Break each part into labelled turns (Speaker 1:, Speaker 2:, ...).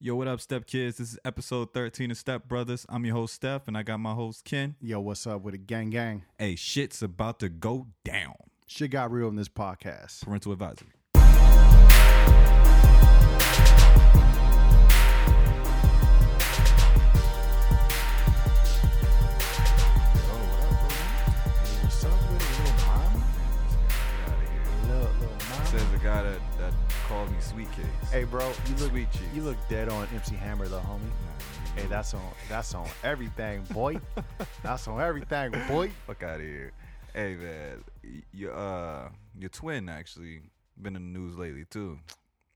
Speaker 1: Yo, what up, Step Kids? This is episode 13 of Step Brothers. I'm your host, Steph, and I got my host, Ken.
Speaker 2: Yo, what's up with the gang gang?
Speaker 1: Hey, shit's about to go down.
Speaker 2: Shit got real in this podcast.
Speaker 1: Parental advisory.
Speaker 2: What's up with it, little mom? Little, little
Speaker 3: Says
Speaker 2: mom?
Speaker 3: the guy that, that called me sweet cakes.
Speaker 2: Hey, bro, you look
Speaker 3: Sweet cheeks.
Speaker 2: you look dead on MC Hammer, the homie. Hey, that's on that's on everything, boy. that's on everything, boy.
Speaker 3: Fuck out of here. Hey man, y- your uh your twin actually been in the news lately too.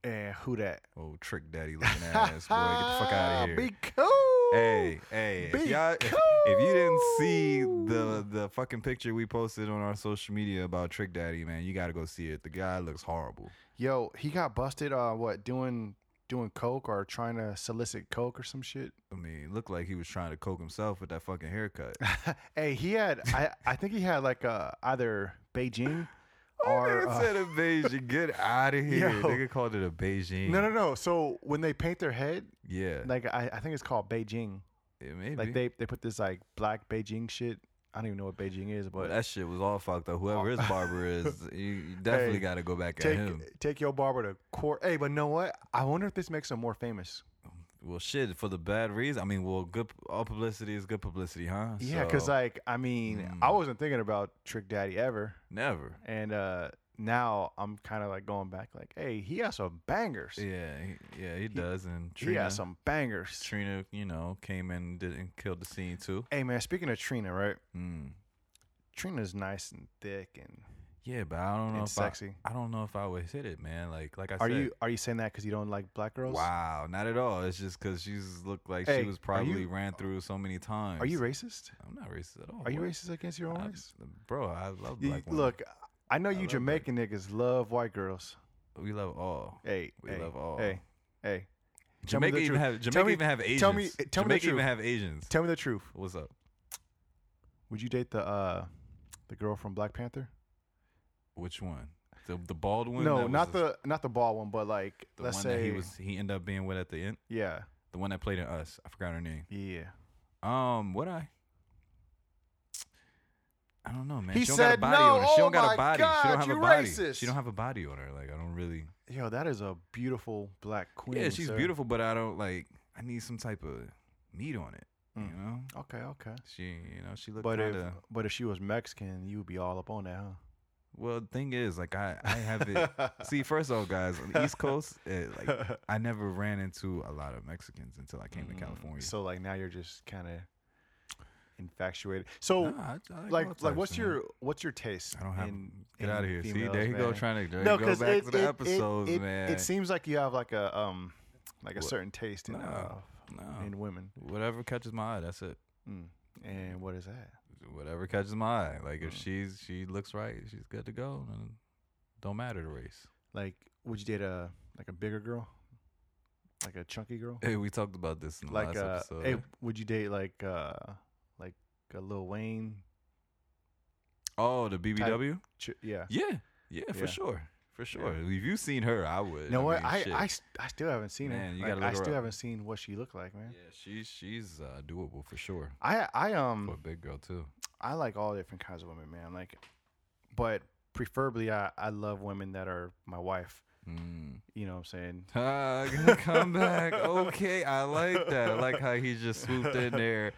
Speaker 2: And who that?
Speaker 3: Oh trick daddy looking ass boy, get the fuck out of here.
Speaker 2: Be cool.
Speaker 3: hey hey, if,
Speaker 2: Be
Speaker 3: y'all, if, if you didn't see
Speaker 2: cool.
Speaker 3: the the fucking picture we posted on our social media about trick daddy man, you gotta go see it. The guy looks horrible.
Speaker 2: Yo, he got busted. Uh, what doing? Doing coke or trying to solicit coke or some shit?
Speaker 3: I mean, it looked like he was trying to coke himself with that fucking haircut.
Speaker 2: hey, he had. I I think he had like uh either Beijing
Speaker 3: Or
Speaker 2: or. uh,
Speaker 3: said a Beijing, get out of here.
Speaker 2: Yo.
Speaker 3: Nigga called it a Beijing.
Speaker 2: No, no, no. So when they paint their head,
Speaker 3: Yeah,
Speaker 2: like I, I think it's called Beijing.
Speaker 3: yeah maybe.
Speaker 2: Like they, they put this like black Beijing shit. I don't even know what Beijing is,
Speaker 3: But
Speaker 2: but
Speaker 3: that shit was all fucked up. Whoever his barber is, you, you definitely
Speaker 2: Hey,
Speaker 3: got to go back at
Speaker 2: take
Speaker 3: him.
Speaker 2: take your barber to court. Hey, but know what? I wonder if this makes him more famous.
Speaker 3: Well, shit, for the bad reason. I mean, well, good all publicity is good publicity, huh?
Speaker 2: yeah, because
Speaker 3: So, hmm.
Speaker 2: like I mean, I wasn't thinking about Trick Daddy ever,
Speaker 3: never.
Speaker 2: and uh now I'm kind of like going back, like, hey, he has some bangers.
Speaker 3: Yeah, he, yeah, he does. And
Speaker 2: he
Speaker 3: Trina,
Speaker 2: has some bangers.
Speaker 3: Trina, you know, came in and did and killed the scene too.
Speaker 2: Hey man, speaking of Trina, right?
Speaker 3: Mm.
Speaker 2: Trina's nice and thick, and
Speaker 3: Yeah, but I don't know
Speaker 2: It's
Speaker 3: if I-
Speaker 2: sexy.
Speaker 3: I, don't know if I would hit it, man. Like, like I
Speaker 2: are
Speaker 3: said,
Speaker 2: you are you saying that because you don't like black girls?
Speaker 3: wow, not at all. It's just because she's looked like
Speaker 2: Hey,
Speaker 3: she was
Speaker 2: are
Speaker 3: probably
Speaker 2: you-
Speaker 3: ran through so many times.
Speaker 2: Are you racist?
Speaker 3: I'm not racist at all.
Speaker 2: Are you
Speaker 3: What?
Speaker 2: racist against your own
Speaker 3: I-
Speaker 2: race?
Speaker 3: bro? I love
Speaker 2: You-
Speaker 3: black women.
Speaker 2: look, I know you
Speaker 3: love black-
Speaker 2: Jamaican niggas love white girls.
Speaker 3: we love all.
Speaker 2: Hey,
Speaker 3: We
Speaker 2: hey,
Speaker 3: love all.
Speaker 2: Hey, hey, Tell me
Speaker 3: Jamaica
Speaker 2: the
Speaker 3: even
Speaker 2: truth.
Speaker 3: have
Speaker 2: Tell
Speaker 3: Jamaica
Speaker 2: me-
Speaker 3: even have Asians.
Speaker 2: tell me- tell me the
Speaker 3: Jamaica even
Speaker 2: truth.
Speaker 3: have Asians.
Speaker 2: tell me the truth.
Speaker 3: What's up?
Speaker 2: Would you date the uh, the girl from Black Panther?
Speaker 3: Which one? The the bald one? that
Speaker 2: no,
Speaker 3: was
Speaker 2: not
Speaker 3: a-
Speaker 2: the not the bald one, but like
Speaker 3: the
Speaker 2: let's
Speaker 3: one
Speaker 2: say
Speaker 3: that he was he ended up being with at the end.
Speaker 2: yeah,
Speaker 3: The one that played in Us. I forgot her name.
Speaker 2: yeah.
Speaker 3: Um, what I. I don't know, man.
Speaker 2: He
Speaker 3: she don't got
Speaker 2: said
Speaker 3: a body
Speaker 2: no.
Speaker 3: on her. She
Speaker 2: Oh
Speaker 3: don't got
Speaker 2: my
Speaker 3: a body. she
Speaker 2: God,
Speaker 3: don't have
Speaker 2: you
Speaker 3: a body.
Speaker 2: racist.
Speaker 3: She don't have a body on her. Like I don't really.
Speaker 2: Yo, that is a beautiful black queen.
Speaker 3: yeah, she's
Speaker 2: sir.
Speaker 3: beautiful, but I don't like. I need some type of meat on it.
Speaker 2: Mm.
Speaker 3: You know,
Speaker 2: Okay, okay.
Speaker 3: she you know she looked
Speaker 2: But
Speaker 3: kind of.
Speaker 2: if but if she was Mexican, you would be all up on that, huh?
Speaker 3: Well, the thing is, like I, I have it. See, first off, guys, on the East Coast, eh, like I never ran into a lot of Mexicans until I came to California.
Speaker 2: Mm. So like now you're just kind of infatuated. So
Speaker 3: Nah, I- I all
Speaker 2: like like
Speaker 3: types,
Speaker 2: what's
Speaker 3: man.
Speaker 2: your what's your taste?
Speaker 3: I don't have.
Speaker 2: in-
Speaker 3: get
Speaker 2: in
Speaker 3: out of here. See,
Speaker 2: females,
Speaker 3: there you go,
Speaker 2: man?
Speaker 3: trying to there
Speaker 2: no,
Speaker 3: you go
Speaker 2: because
Speaker 3: back
Speaker 2: it,
Speaker 3: to the
Speaker 2: it,
Speaker 3: episodes,
Speaker 2: it, it,
Speaker 3: man.
Speaker 2: it seems like you have like a um like a
Speaker 3: What?
Speaker 2: certain taste in uh,
Speaker 3: No, no.
Speaker 2: in women.
Speaker 3: whatever catches my eye, that's it.
Speaker 2: Mm. And what is that?
Speaker 3: Whatever catches my eye. Like if
Speaker 2: Mm.
Speaker 3: she's she looks right, she's good to go. And don't matter the race.
Speaker 2: Like, would you date a like a bigger girl, like a chunky girl?
Speaker 3: Hey, we talked about this in the
Speaker 2: like,
Speaker 3: last
Speaker 2: uh,
Speaker 3: episode.
Speaker 2: hey, would you date like uh like a Lil Wayne?
Speaker 3: oh, the BBW.
Speaker 2: Ch- yeah.
Speaker 3: Yeah, yeah,
Speaker 2: Yeah.
Speaker 3: for sure, for sure. If you've seen her, I would.
Speaker 2: You know
Speaker 3: I
Speaker 2: what?
Speaker 3: mean,
Speaker 2: I,
Speaker 3: shit.
Speaker 2: I, s- I still haven't seen her.
Speaker 3: Man, you
Speaker 2: Like,
Speaker 3: gotta
Speaker 2: I
Speaker 3: look her
Speaker 2: still
Speaker 3: up.
Speaker 2: haven't seen what she looked like, man.
Speaker 3: yeah, she's she's uh, doable for sure.
Speaker 2: I I
Speaker 3: For a
Speaker 2: um
Speaker 3: big girl too.
Speaker 2: I like all different kinds of women, man. Like, but preferably I I love women that are my wife.
Speaker 3: Mm.
Speaker 2: You know what I'm saying?
Speaker 3: Ah, good comeback. Okay, I like that. I like how he just swooped in there.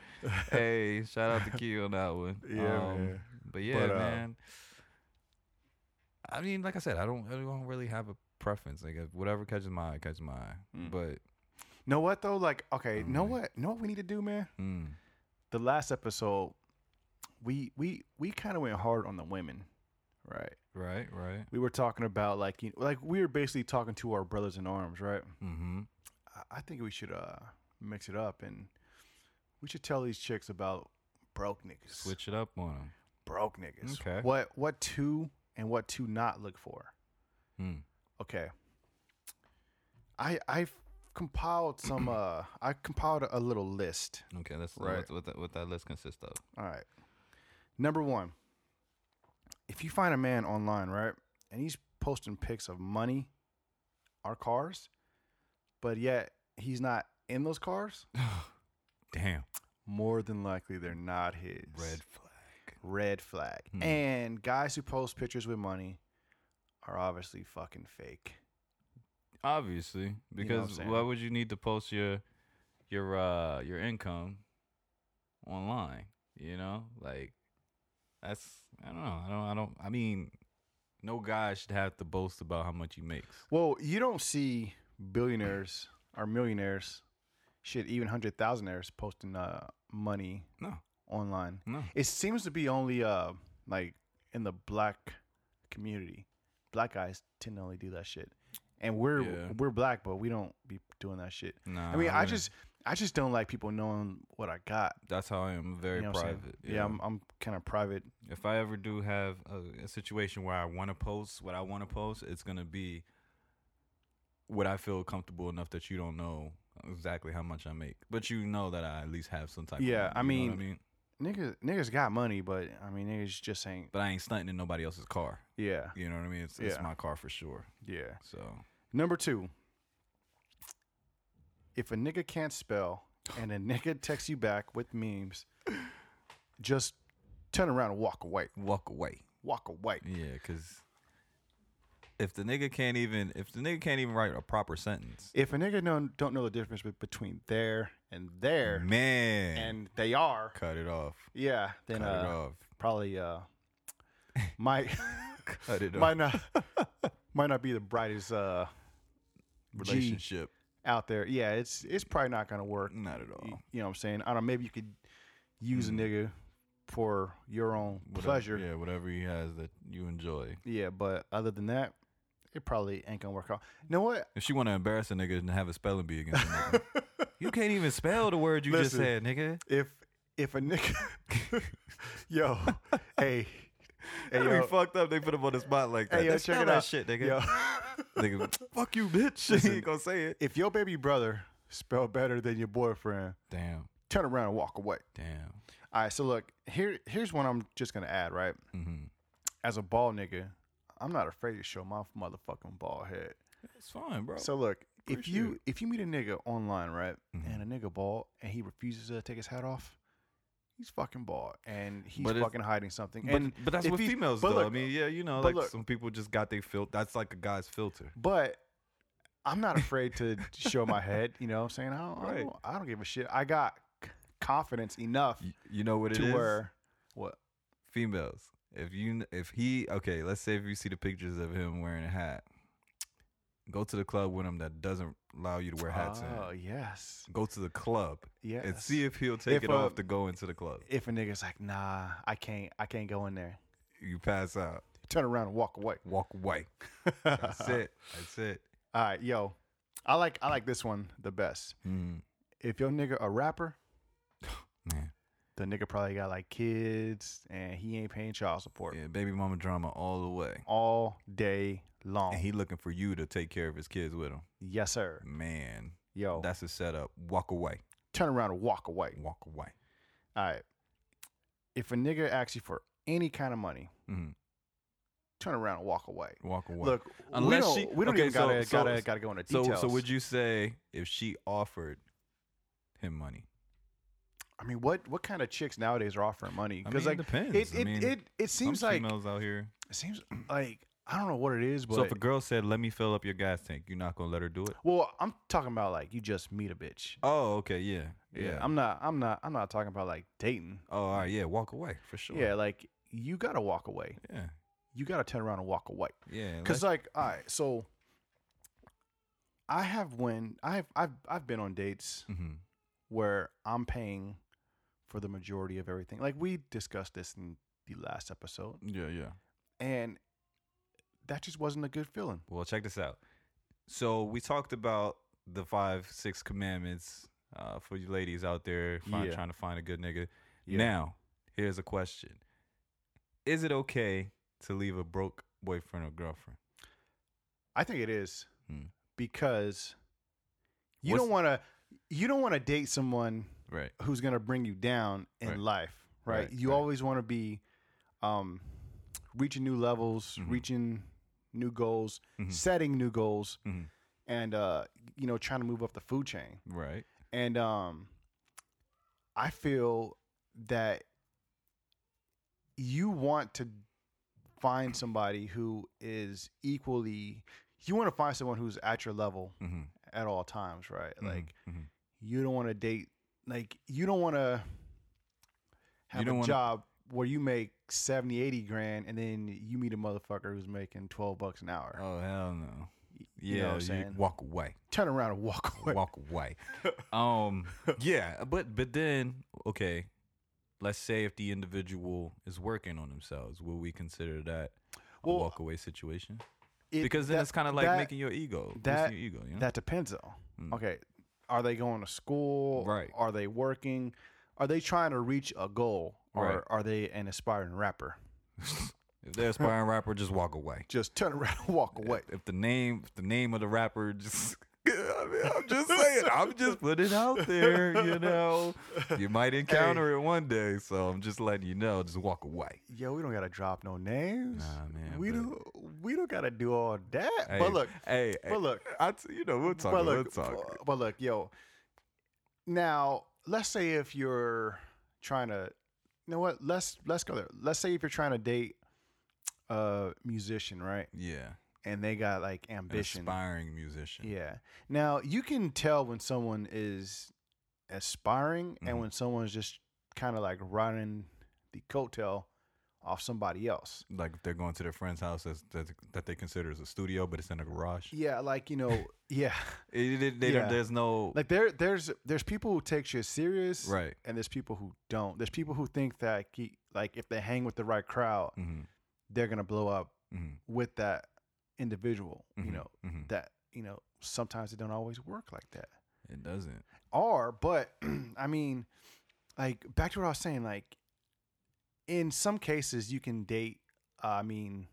Speaker 3: Hey, shout out to Key on that one. Um,
Speaker 2: Yeah, man.
Speaker 3: But yeah,
Speaker 2: But, uh,
Speaker 3: man. I mean, like I said, I don't, I don't really have a preference. Like if whatever catches my eye, catches my eye.
Speaker 2: Mm.
Speaker 3: But
Speaker 2: Know what though? Like, okay, know
Speaker 3: Mm.
Speaker 2: what? Know what we need to do, man?
Speaker 3: mm,
Speaker 2: The last episode, we we we kind of went hard on the women, right?
Speaker 3: right, right.
Speaker 2: We were talking about like you like we were basically talking to our brothers in arms, right?
Speaker 3: Mm-hmm.
Speaker 2: I, I think we should uh mix it up and we should tell these chicks about broke niggas,
Speaker 3: Switch it up on
Speaker 2: broke niggas.
Speaker 3: Okay.
Speaker 2: What what to and what to not look for.
Speaker 3: them.
Speaker 2: okay i i've compiled some uh i compiled a, a little list
Speaker 3: Mm. Okay, that's
Speaker 2: Right.
Speaker 3: right. what, that, what that list consists of.
Speaker 2: all right number one if you find a man online right and he's posting pics of money or cars but yet he's not in those cars,
Speaker 4: Damn.
Speaker 2: more than likely they're not his.
Speaker 4: Red flag.
Speaker 2: Red flag.
Speaker 3: Hmm.
Speaker 2: And guys who post pictures with money are obviously fucking fake.
Speaker 3: Obviously,
Speaker 2: what I'm
Speaker 3: because
Speaker 2: saying?
Speaker 3: why would you need to post your your uh your income online? You know, like that's I don't know. I don't. I don't. I mean, no guy should have to boast about how much he makes.
Speaker 2: Well, you don't see billionaires or millionaires, shit, even hundred thousandaires posting uh, money
Speaker 3: No.
Speaker 2: online.
Speaker 3: No.
Speaker 2: It seems to be only uh like in the black community. Black guys tend to only do that shit, and we're
Speaker 3: Yeah.
Speaker 2: we're black, but we don't be doing that shit.
Speaker 3: Nah.
Speaker 2: I mean, I
Speaker 3: wouldn't.
Speaker 2: just I just don't like people knowing what I got.
Speaker 3: that's how I am. Very
Speaker 2: you know what I'm saying?
Speaker 3: private.
Speaker 2: Yeah, I'm I'm kind of private.
Speaker 3: if I ever do have a, a situation where I want to post what I want to post, it's gonna be what I feel comfortable enough that you don't know exactly how much I make, but you know that I at least have some type.
Speaker 2: Yeah,
Speaker 3: of
Speaker 2: I
Speaker 3: money, you know what
Speaker 2: mean- Niggas niggas got money, but I mean niggas just ain't.
Speaker 3: but I ain't stunting in nobody else's car.
Speaker 2: Yeah,
Speaker 3: You know what I mean? It's, it's
Speaker 2: Yeah.
Speaker 3: my car for sure.
Speaker 2: yeah.
Speaker 3: So
Speaker 2: Number two, if a nigga can't spell and a nigga texts you back with memes, just turn around and walk away.
Speaker 3: walk away.
Speaker 2: Walk away.
Speaker 3: Yeah, because if the nigga can't even if the nigga can't even write a proper sentence,
Speaker 2: If a nigga know, don't know the difference be- between there and there,
Speaker 3: man,
Speaker 2: and they are,
Speaker 3: cut it off.
Speaker 2: yeah, then
Speaker 3: Cut it
Speaker 2: uh,
Speaker 3: off.
Speaker 2: probably uh, might
Speaker 3: Cut it off.
Speaker 2: might not might not be the brightest uh, G
Speaker 3: Relationship.
Speaker 2: out there. Yeah, it's it's probably not gonna work.
Speaker 3: Not at all.
Speaker 2: You, you know what I'm saying? I don't know. Maybe you could use a nigga for your own
Speaker 3: Mm. Whatever-
Speaker 2: pleasure. Yeah.
Speaker 3: Yeah, whatever he has that you enjoy.
Speaker 2: but other than that, it probably ain't gonna work out. You know what?
Speaker 3: If she want to embarrass a nigga and have a spelling bee against him, nigga. you can't even spell the word you just
Speaker 2: Listen.
Speaker 3: said, nigga.
Speaker 2: If if a nigga, yo, hey, hey,
Speaker 3: That'd
Speaker 2: yo,
Speaker 3: be fucked up. They put him on the spot like that.
Speaker 2: Hey, yo,
Speaker 3: They
Speaker 2: check
Speaker 3: spell
Speaker 2: it
Speaker 3: that
Speaker 2: out.
Speaker 3: shit, nigga.
Speaker 2: yo.
Speaker 3: Nigga, fuck you, bitch. you
Speaker 2: Listen.
Speaker 3: ain't gonna say it.
Speaker 2: if your baby brother spell better than your boyfriend,
Speaker 3: Damn,
Speaker 2: turn around and walk away.
Speaker 3: damn.
Speaker 2: All right. So look, here here's one I'm just gonna add. Right,
Speaker 3: Mm-hmm.
Speaker 2: as a bald nigga, I'm not afraid to show my motherfucking bald head.
Speaker 3: It's fine, bro.
Speaker 2: So look, if
Speaker 3: Oh, Appreciate
Speaker 2: you
Speaker 3: it.
Speaker 2: if you meet a nigga online, right,
Speaker 3: Mhm.
Speaker 2: and a nigga bald and he refuses to take his hat off, he's fucking bald and he's
Speaker 3: But if-
Speaker 2: fucking hiding something.
Speaker 3: but,
Speaker 2: and
Speaker 3: but that's
Speaker 2: if
Speaker 3: what
Speaker 2: he-
Speaker 3: females
Speaker 2: but
Speaker 3: though. I
Speaker 2: look-
Speaker 3: mean, yeah, you know,
Speaker 2: but
Speaker 3: like
Speaker 2: look-
Speaker 3: some people just got their filter. That's like a guy's filter.
Speaker 2: but I'm not afraid to show my head. You know, what I'm saying I don't, I,
Speaker 3: Right.
Speaker 2: don't, I don't give a shit. I got c- confidence enough
Speaker 3: You, you know what it is?
Speaker 2: to where what
Speaker 3: females. If you kn- if he okay, let's say if you see the pictures of him wearing a hat, go to the club with him that doesn't allow you to wear hats.
Speaker 2: Oh
Speaker 3: in.
Speaker 2: yes,
Speaker 3: Go to the club
Speaker 2: yes.
Speaker 3: and see if he'll take
Speaker 2: If,
Speaker 3: it off
Speaker 2: uh,
Speaker 3: to go into the club.
Speaker 2: if a nigga's like, nah, I can't, I can't go in there.
Speaker 3: You pass out,
Speaker 2: Turn around and walk away.
Speaker 3: walk away. That's it. That's it.
Speaker 2: All right, yo, I like I like this one the best.
Speaker 3: Mm,
Speaker 2: If your nigga a rapper,
Speaker 3: man.
Speaker 2: the nigga probably got like kids and he ain't paying child support
Speaker 3: Yeah, baby mama drama all the way.
Speaker 2: all day long.
Speaker 3: And he looking for you to take care of his kids with him.
Speaker 2: yes, sir.
Speaker 3: Man,
Speaker 2: Yo,
Speaker 3: that's a setup. Walk away.
Speaker 2: turn around and walk away.
Speaker 3: Walk away.
Speaker 2: All right. If a nigga asks you for any kind of money,
Speaker 3: Mhm.
Speaker 2: turn around and walk away.
Speaker 3: Walk away.
Speaker 2: Look,
Speaker 3: Unless
Speaker 2: we
Speaker 3: she-
Speaker 2: don't, we don't
Speaker 3: okay,
Speaker 2: even
Speaker 3: so-
Speaker 2: gotta,
Speaker 3: so-
Speaker 2: gotta, gotta go into
Speaker 3: So,
Speaker 2: details.
Speaker 3: so would you say if she offered him money?
Speaker 2: I mean, what what kind of chicks nowadays are offering money?
Speaker 3: I
Speaker 2: Because
Speaker 3: mean,
Speaker 2: like,
Speaker 3: it depends.
Speaker 2: it
Speaker 3: I
Speaker 2: it,
Speaker 3: mean,
Speaker 2: it it seems like
Speaker 3: females out here.
Speaker 2: it seems like I don't know what it is, but
Speaker 3: so if a girl said, "Let me fill up your gas tank," you're not gonna let her do it.
Speaker 2: well, I'm talking about like you just meet a bitch.
Speaker 3: Oh, okay, yeah,
Speaker 2: Yeah, I'm not, I'm not, I'm not talking about like dating.
Speaker 3: oh, all right, yeah. Walk away for sure.
Speaker 2: Yeah, like you gotta walk away.
Speaker 3: yeah,
Speaker 2: You gotta turn around and walk away.
Speaker 3: yeah.
Speaker 2: Cause like, all right, so I have when I've I've I've been on dates
Speaker 3: hmm
Speaker 2: where I'm paying for the majority of everything. Like we discussed this in the last episode,
Speaker 3: yeah, yeah.
Speaker 2: and that just wasn't a good feeling.
Speaker 3: Well, check this out. So we talked about the five, six commandments uh, for you ladies out there find,
Speaker 2: Yeah.
Speaker 3: trying to find a good nigga.
Speaker 2: Yeah.
Speaker 3: Now, here's a question: Is it okay to leave a broke boyfriend or girlfriend?
Speaker 2: I think it is
Speaker 3: Hmm.
Speaker 2: because you
Speaker 3: What's-
Speaker 2: don't want to you don't want to date someone
Speaker 3: Right.
Speaker 2: who's going to bring you down in
Speaker 3: Right.
Speaker 2: life, right?
Speaker 3: Right,
Speaker 2: you
Speaker 3: right.
Speaker 2: always want to be um, reaching new levels,
Speaker 3: Mhm.
Speaker 2: reaching new goals,
Speaker 3: Mhm.
Speaker 2: setting new goals.
Speaker 3: Mhm.
Speaker 2: and uh, you know trying to move up the food chain.
Speaker 5: Right.
Speaker 2: And um, I feel that you want to find somebody who is equally. You want to find someone who's at your level
Speaker 3: Mm-hmm.
Speaker 2: at all times, right? Like
Speaker 3: mhm.
Speaker 2: you don't want to date. Like you don't want to have
Speaker 3: don't
Speaker 2: a
Speaker 3: wanna-
Speaker 2: job where you make 70, 80 grand, and then you meet a motherfucker who's making twelve bucks an hour.
Speaker 3: Oh hell no.
Speaker 2: you know what
Speaker 3: Yeah,
Speaker 2: I'm saying?
Speaker 3: walk away.
Speaker 2: Turn around and walk away.
Speaker 3: Walk away. um yeah, but but then okay, let's say if the individual is working on themselves, will we consider that a
Speaker 2: Well,
Speaker 3: walk away situation?
Speaker 2: It-
Speaker 3: Because then
Speaker 2: that-
Speaker 3: it's kind of like
Speaker 2: that-
Speaker 3: making your ego. boosting
Speaker 2: that-
Speaker 3: your ego, you know?
Speaker 2: That depends though.
Speaker 3: Mm.
Speaker 2: Okay. Are they going to school?
Speaker 3: Right.
Speaker 2: Are they working? Are they trying to reach a goal? Or
Speaker 3: Right.
Speaker 2: are they an aspiring rapper?
Speaker 3: if they're aspiring rapper, just walk away.
Speaker 2: Just turn around and walk away.
Speaker 3: If the name if the name of the rapper just I am just saying, I'm just putting it out there, you know. You might encounter it one day, so I'm just letting you know, just walk away.
Speaker 2: Yo, we don't gotta drop no names.
Speaker 3: Nah, man,
Speaker 2: We
Speaker 3: but-
Speaker 2: don't we don't gotta do all that.
Speaker 3: Hey,
Speaker 2: but look,
Speaker 3: hey, hey,
Speaker 2: but look,
Speaker 3: I t- you know, we'll talk.
Speaker 2: but
Speaker 3: we'll
Speaker 2: look,
Speaker 3: talk.
Speaker 2: but look, yo. Now, let's say if you're trying to, you know what? Let's let's go there. Let's say if you're trying to date a musician, right?
Speaker 3: Yeah,
Speaker 2: And they got like
Speaker 3: an
Speaker 2: ambition.
Speaker 3: aspiring musician.
Speaker 2: Yeah. Now you can tell when someone is aspiring and
Speaker 3: Mhm.
Speaker 2: when someone's just kind of like riding the coattail off somebody else.
Speaker 3: Like if they're going to their friend's house that's, that that they consider as a studio, but it's in a garage.
Speaker 2: Yeah, like you know, yeah,
Speaker 3: It- it- they don't-
Speaker 2: Yeah.
Speaker 3: There's no
Speaker 2: like there, there's there's people who take shit serious,
Speaker 3: right.
Speaker 2: And there's people who don't. There's people who think that he, like if they hang with the right crowd,
Speaker 3: Mm-hmm,
Speaker 2: they're gonna blow up
Speaker 3: mm-hmm,
Speaker 2: with that individual. You
Speaker 3: Mhm,
Speaker 2: know
Speaker 3: mhm.
Speaker 2: that you know sometimes it don't always work like that.
Speaker 3: It doesn't.
Speaker 2: are, but I mean, like back to what I was saying, like in some cases you can date. Uh, I mean,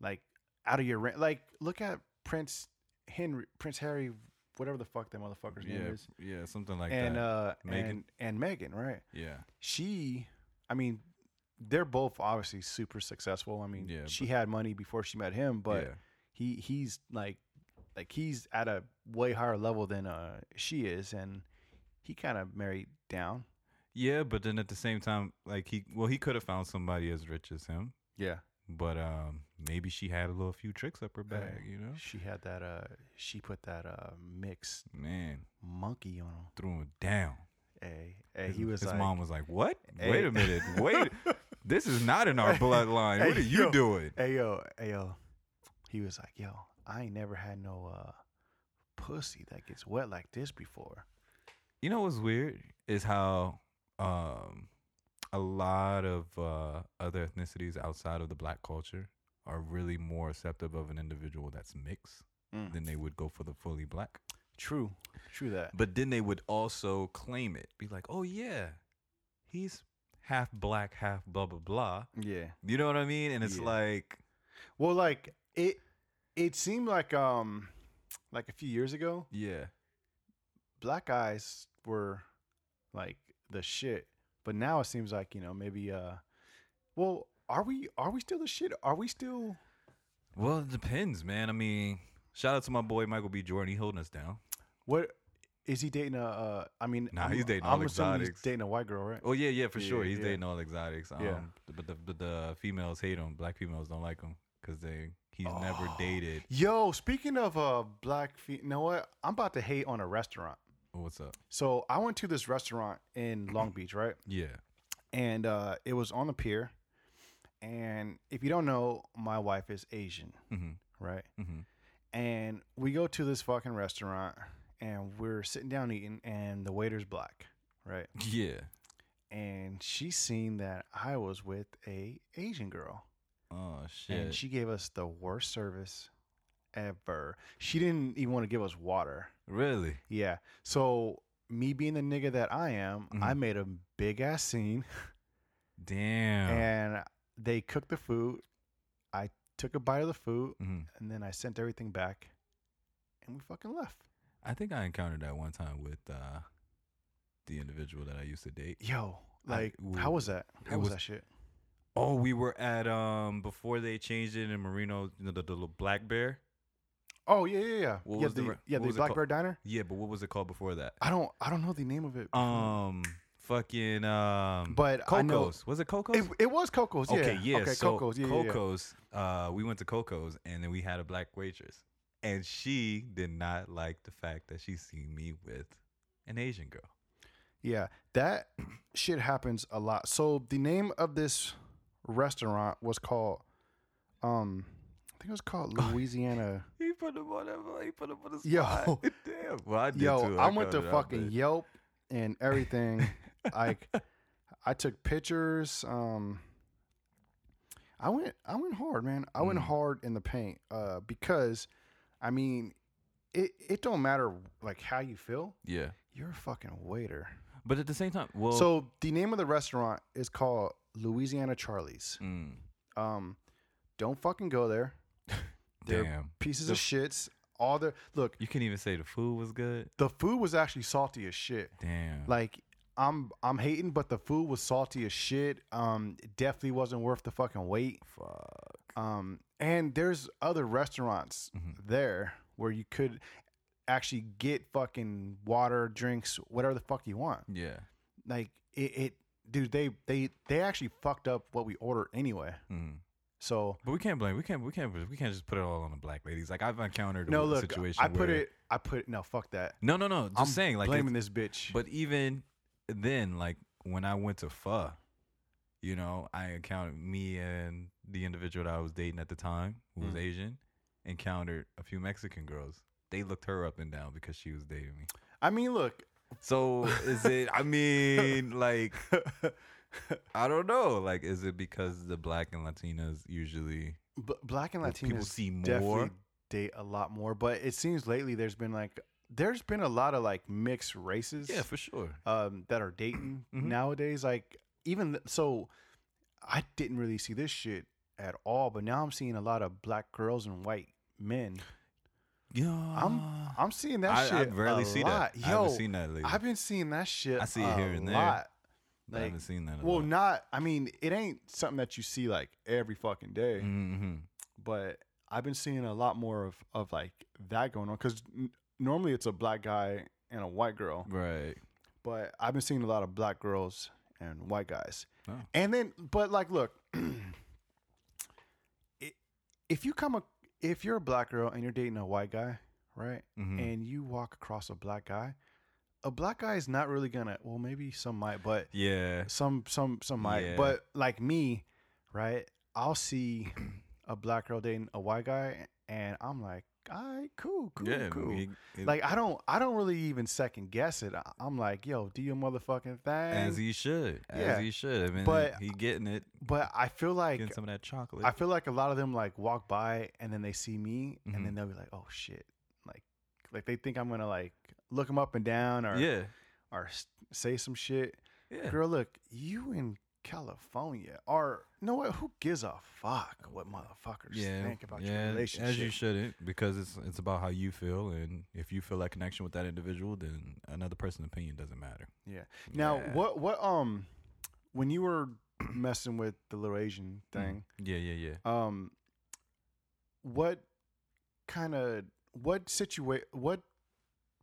Speaker 2: like out of your rent. Like look at Prince Henry, Prince Harry, whatever the fuck that motherfucker's
Speaker 3: Yeah,
Speaker 2: name is,
Speaker 3: yeah, something like
Speaker 2: and
Speaker 3: that.
Speaker 2: uh,
Speaker 3: Meghan.
Speaker 2: and and Megan, right?
Speaker 3: yeah,
Speaker 2: She, I mean, they're both obviously super successful. I mean,
Speaker 3: Yeah,
Speaker 2: she had money before she met him, but
Speaker 3: yeah.
Speaker 2: he he's like like he's at a way higher level than uh she is and he kind of married down
Speaker 3: yeah, but then at the same time, like he, well, he could have found somebody as rich as him,
Speaker 2: yeah
Speaker 3: but um, maybe she had a little few tricks up her bag, you know.
Speaker 2: she had that uh she put that uh mixed
Speaker 3: Man,
Speaker 2: monkey on him
Speaker 3: threw him down.
Speaker 2: hey hey
Speaker 3: His-
Speaker 2: he was
Speaker 3: his
Speaker 2: like
Speaker 3: mom was like, "What?
Speaker 2: Hey.
Speaker 3: Wait a minute. Wait. this is not in our bloodline. what are
Speaker 2: Hey,
Speaker 3: you
Speaker 2: yo.
Speaker 3: doing?"
Speaker 2: hey yo hey yo he was like yo i ain't never had no uh pussy that gets wet like this before
Speaker 3: You know what's weird is how um a lot of uh other ethnicities outside of the black culture are really more receptive of an individual that's mixed
Speaker 2: Mm.
Speaker 3: than they would go for the fully black.
Speaker 2: true true that
Speaker 3: But then they would also claim it. Be like, "Oh yeah. He's half black, half blah blah blah."
Speaker 2: yeah
Speaker 3: You know what I mean? And it's
Speaker 2: Yeah.
Speaker 3: like
Speaker 2: well like it it seemed like um like a few years ago
Speaker 3: yeah.
Speaker 2: black guys were like the shit but now it seems like you know maybe uh well are we are we still the shit are we still
Speaker 3: Well, it depends, man. I mean, shout out to my boy Michael B. Jordan. He holding us down.
Speaker 2: what is he dating a uh i mean
Speaker 3: Nah,
Speaker 2: I'm-
Speaker 3: he's dating
Speaker 2: I'm
Speaker 3: all
Speaker 2: assuming he's
Speaker 3: exotics.
Speaker 2: dating a white girl right
Speaker 3: Oh yeah, yeah, for sure.
Speaker 2: Yeah,
Speaker 3: He's
Speaker 2: yeah.
Speaker 3: dating all exotics. Um,
Speaker 2: Yeah.
Speaker 3: But the, but the females hate him. Black females don't like him because they he's never
Speaker 2: Oh.
Speaker 3: dated.
Speaker 2: yo speaking of uh black fe you know what i'm about to hate on a restaurant
Speaker 3: Oh, what's up?
Speaker 2: so i went to this restaurant in long beach right
Speaker 3: Yeah.
Speaker 2: and uh it was on the pier and if you don't know my wife is asian
Speaker 3: hmm
Speaker 2: right
Speaker 3: hmm
Speaker 2: and we go to this fucking restaurant and we're sitting down eating and the waiter's black right
Speaker 3: Yeah.
Speaker 2: and she seen that i was with a asian girl
Speaker 3: Oh shit.
Speaker 2: and she gave us the worst service ever she didn't even want to give us water
Speaker 3: really?
Speaker 2: yeah so me being the nigga that i am
Speaker 3: Mhm.
Speaker 2: i made a big ass scene
Speaker 3: Damn.
Speaker 2: and they cooked the food i took a bite of the food
Speaker 3: Mhm.
Speaker 2: and then i sent everything back and we fucking left
Speaker 3: I think I encountered that one time with uh, the individual that I used to date.
Speaker 2: Yo,
Speaker 3: I-
Speaker 2: like,
Speaker 3: ooh,
Speaker 2: how was that?
Speaker 3: it
Speaker 2: How was,
Speaker 3: was-
Speaker 2: that shit?
Speaker 3: Oh, we were at um before they changed it in Marino, you know, the, the little Black Bear.
Speaker 2: Oh yeah, yeah, yeah.
Speaker 6: What
Speaker 2: yeah,
Speaker 6: was the
Speaker 2: the,
Speaker 6: re-
Speaker 2: yeah
Speaker 6: what
Speaker 2: the
Speaker 6: was it called?
Speaker 2: Blackbird Diner.
Speaker 6: Yeah, but what was it called before that?
Speaker 2: I don't I don't know the name of it.
Speaker 3: Um, fucking um,
Speaker 2: But I know-
Speaker 6: Coco's. Was it Coco's?
Speaker 2: It, it was Coco's. Yeah.
Speaker 6: Okay, yeah.
Speaker 2: Okay,
Speaker 6: so
Speaker 2: Coco's. Yeah, yeah, yeah.
Speaker 6: Coco's. Uh, we went to Coco's and then we had a black waitress, and she did not like the fact that she seen me with an Asian girl.
Speaker 2: Yeah, that shit happens a lot. So the name of this restaurant was called, um, I think it was called
Speaker 6: Oh,
Speaker 2: Louisiana.
Speaker 6: He put him on. the- He put him on the
Speaker 2: Yo.
Speaker 6: spot. damn. Well, I did
Speaker 2: Yo,
Speaker 6: too. uh,
Speaker 2: I went
Speaker 6: covered
Speaker 2: to
Speaker 6: it up,
Speaker 2: fucking
Speaker 6: but-
Speaker 2: Yelp and everything. like, I took pictures. Um, I went, I went hard, man. I went
Speaker 6: Mm.
Speaker 2: hard in the paint. Uh, because, I mean, it it don't matter like how you feel.
Speaker 3: yeah.
Speaker 2: You're a fucking waiter.
Speaker 3: But at the same time, well,
Speaker 2: So the name of the restaurant is called Louisiana Charlie's.
Speaker 3: mm,
Speaker 2: Um, don't fucking go there. They're
Speaker 3: damn,
Speaker 2: pieces
Speaker 3: The-
Speaker 2: of shits. All the look,
Speaker 3: you can even say the food was good.
Speaker 2: the food was actually salty as shit.
Speaker 3: Damn,
Speaker 2: Like I'm I'm hating, but the food was salty as shit. Um, it definitely wasn't worth the fucking wait.
Speaker 6: Fuck.
Speaker 2: Um, and there's other restaurants
Speaker 3: Mhm.
Speaker 2: there where you could actually get fucking water, drinks, whatever the fuck you want.
Speaker 3: yeah,
Speaker 2: Like it, it dude, they they they actually fucked up what we ordered anyway.
Speaker 3: mm.
Speaker 2: So
Speaker 3: but we can't blame. We can't. We can't. We can't just put it all on the black ladies. Like I've encountered a
Speaker 2: no, look,
Speaker 3: situation.
Speaker 2: I put
Speaker 3: where-
Speaker 2: it. I put no. Fuck that.
Speaker 3: No, no, no. Just
Speaker 2: I'm
Speaker 3: saying, like, it's-
Speaker 2: blaming this bitch.
Speaker 3: But even then, like when I went to pho, you know, I encountered me and the individual that I was dating at the time, who was
Speaker 2: Mm.
Speaker 3: Asian, encountered a few Mexican girls. They looked her up and down because she was dating me.
Speaker 2: I mean, look,
Speaker 3: So is it? I mean, like, I don't know. Like, is it because the black and Latinas usually?
Speaker 2: b- black and
Speaker 3: Well,
Speaker 2: Latinos
Speaker 3: people see more?
Speaker 2: definitely date a lot more. But it seems lately there's been like there's been a lot of like mixed races
Speaker 3: Yeah, for sure.
Speaker 2: um, that are dating
Speaker 3: Mhm.
Speaker 2: nowadays. Like even th- so, I didn't really see this shit at all. But now I'm seeing a lot of black girls and white men.
Speaker 3: Yeah,
Speaker 2: I'm seeing that
Speaker 3: I,
Speaker 2: shit.
Speaker 3: I barely
Speaker 2: a
Speaker 3: see
Speaker 2: lot.
Speaker 3: that.
Speaker 2: Yo,
Speaker 3: I haven't seen that lately.
Speaker 2: I've been seeing that shit.
Speaker 3: I see it
Speaker 2: a
Speaker 3: here and there.
Speaker 2: lot.
Speaker 3: I
Speaker 2: like,
Speaker 3: haven't seen that. a
Speaker 2: Well,
Speaker 3: lot.
Speaker 2: not. I mean, it ain't something that you see like every fucking day,
Speaker 3: Mhm.
Speaker 2: but I've been seeing a lot more of of like that going on because n- normally it's a black guy and a white girl,
Speaker 3: Right.
Speaker 2: but I've been seeing a lot of black girls and white guys,
Speaker 3: Oh.
Speaker 2: and then but like look, i- if you come a, if you're a black girl and you're dating a white guy, right,
Speaker 3: Mhm.
Speaker 2: and you walk across a black guy. A black guy is not really gonna. Well, maybe some might, but
Speaker 3: Yeah.
Speaker 2: some some some might
Speaker 3: Yeah.
Speaker 2: but like me right i'll see a black girl dating a white guy and i'm like all right cool cool
Speaker 3: yeah.
Speaker 2: cool
Speaker 3: it- it-
Speaker 2: like i don't i don't really even second guess it I- i'm like yo do your
Speaker 3: as
Speaker 2: motherfucking thing
Speaker 3: he should.
Speaker 2: Yeah.
Speaker 3: As he should. I mean,
Speaker 2: But-
Speaker 3: he getting it,
Speaker 2: but i feel like
Speaker 3: getting some of that chocolate.
Speaker 2: i feel like a lot of them like walk by and then they see me
Speaker 3: Mhm.
Speaker 2: and then they'll be like oh shit like like they think i'm gonna like look them up and down or
Speaker 3: yeah.
Speaker 2: or s- say some shit
Speaker 3: Yeah.
Speaker 2: Girl, look, you in California or you know what? Who gives a fuck what motherfuckers
Speaker 3: yeah.
Speaker 2: think about
Speaker 3: yeah,
Speaker 2: your relationship?
Speaker 3: As you shouldn't, because it's it's about how you feel, and if you feel that connection with that individual, then another person's opinion doesn't matter.
Speaker 2: Yeah. Now,
Speaker 3: Yeah.
Speaker 2: what what um when you were messing with the little Asian
Speaker 3: Mm.
Speaker 2: thing,
Speaker 3: Yeah. Yeah. Yeah.
Speaker 2: um, what kind of what situation what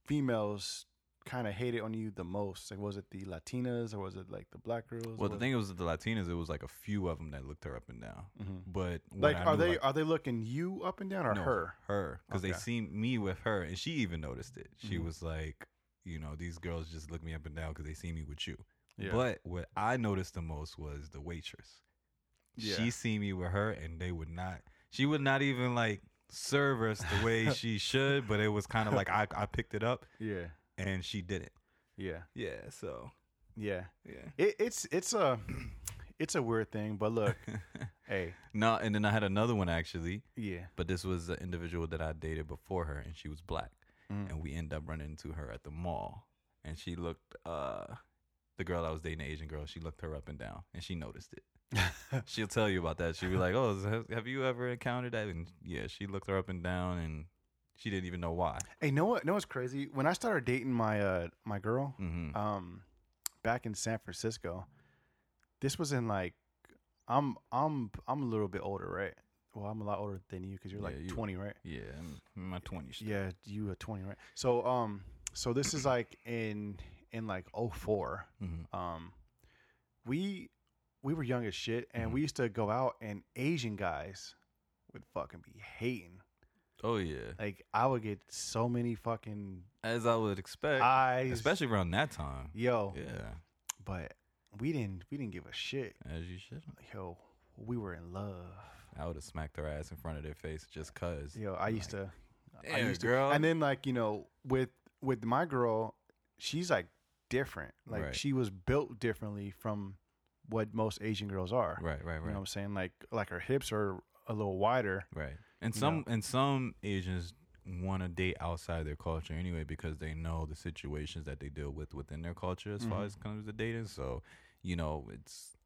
Speaker 2: females kind of hated on you the most? Like, was it the Latinas or was it like the black girls?
Speaker 3: Well, the thing was with the Latinas, it was like a few of them that looked her up and down.
Speaker 2: hmm
Speaker 3: But when
Speaker 2: Like,
Speaker 3: I
Speaker 2: are
Speaker 3: knew,
Speaker 2: they
Speaker 3: like-
Speaker 2: are they looking you up and down or
Speaker 3: No,
Speaker 2: her?
Speaker 3: Her, because they
Speaker 2: Okay.
Speaker 3: seen me with her, and she even noticed it. She
Speaker 2: Mhm.
Speaker 3: was like, you know, these girls just look me up and down because they see me with you.
Speaker 2: Yeah.
Speaker 3: But what I noticed the most was the waitress.
Speaker 2: Yeah.
Speaker 3: She seen me with her, and they would not. She would not even like serve us the way she should. But it was kind of like I, I picked it up,
Speaker 2: Yeah.
Speaker 3: and she didn't.
Speaker 2: Yeah.
Speaker 3: Yeah. So
Speaker 2: Yeah,
Speaker 3: yeah.
Speaker 2: it, it's it's a it's a weird thing, but look, hey,
Speaker 3: no, and then I had another one actually,
Speaker 2: yeah,
Speaker 3: but this was the individual that I dated before her, and she was black.
Speaker 2: Mm.
Speaker 3: and we end up running into her at the mall. And she looked, uh, the girl I was dating, the Asian girl, she looked her up and down, and she noticed it. She'll tell you about that. She'll be like, "Oh, has- have you ever encountered that?" And yeah, she looked her up and down, and she didn't even know why.
Speaker 2: hey, know what? Know what's crazy? When I started dating my uh my girl,
Speaker 3: hmm
Speaker 2: um, back in San Francisco, this was in like, I'm I'm I'm a little bit older, right? well, I'm a lot older than you because you're like
Speaker 3: Yeah, you-
Speaker 2: 20, right?
Speaker 3: Yeah, I'm in my twenties.
Speaker 2: Yeah, you a 20, right? So um, so this is like in in like 04.
Speaker 3: hmm
Speaker 2: Um, we we were young as shit, and
Speaker 3: Mhm.
Speaker 2: we used to go out, and Asian guys would fucking be hating.
Speaker 3: Oh yeah,
Speaker 2: Like I would get so many fucking
Speaker 3: as I would expect,
Speaker 2: eyes,
Speaker 3: especially around that time.
Speaker 2: yo.
Speaker 3: Yeah,
Speaker 2: But we didn't we didn't give a shit.
Speaker 3: as you should.
Speaker 2: Yo, we were in love.
Speaker 3: I would have smacked their ass in front of their face just cause.
Speaker 2: Yo, I used to. I
Speaker 3: "Damn,
Speaker 2: used to,
Speaker 3: girl."
Speaker 2: and then like you know, with with my girl, she's like different. Like
Speaker 3: Right.
Speaker 2: she was built differently from what most Asian girls are.
Speaker 3: Right, right,
Speaker 2: You know
Speaker 3: right,
Speaker 2: what I'm saying? Like like her hips are a little wider.
Speaker 3: right. And
Speaker 2: you
Speaker 3: some and some Asians want to date outside their culture anyway because they know the situations that they deal with within their culture as far
Speaker 2: Mhm.
Speaker 3: as comes to dating. So, you know, it's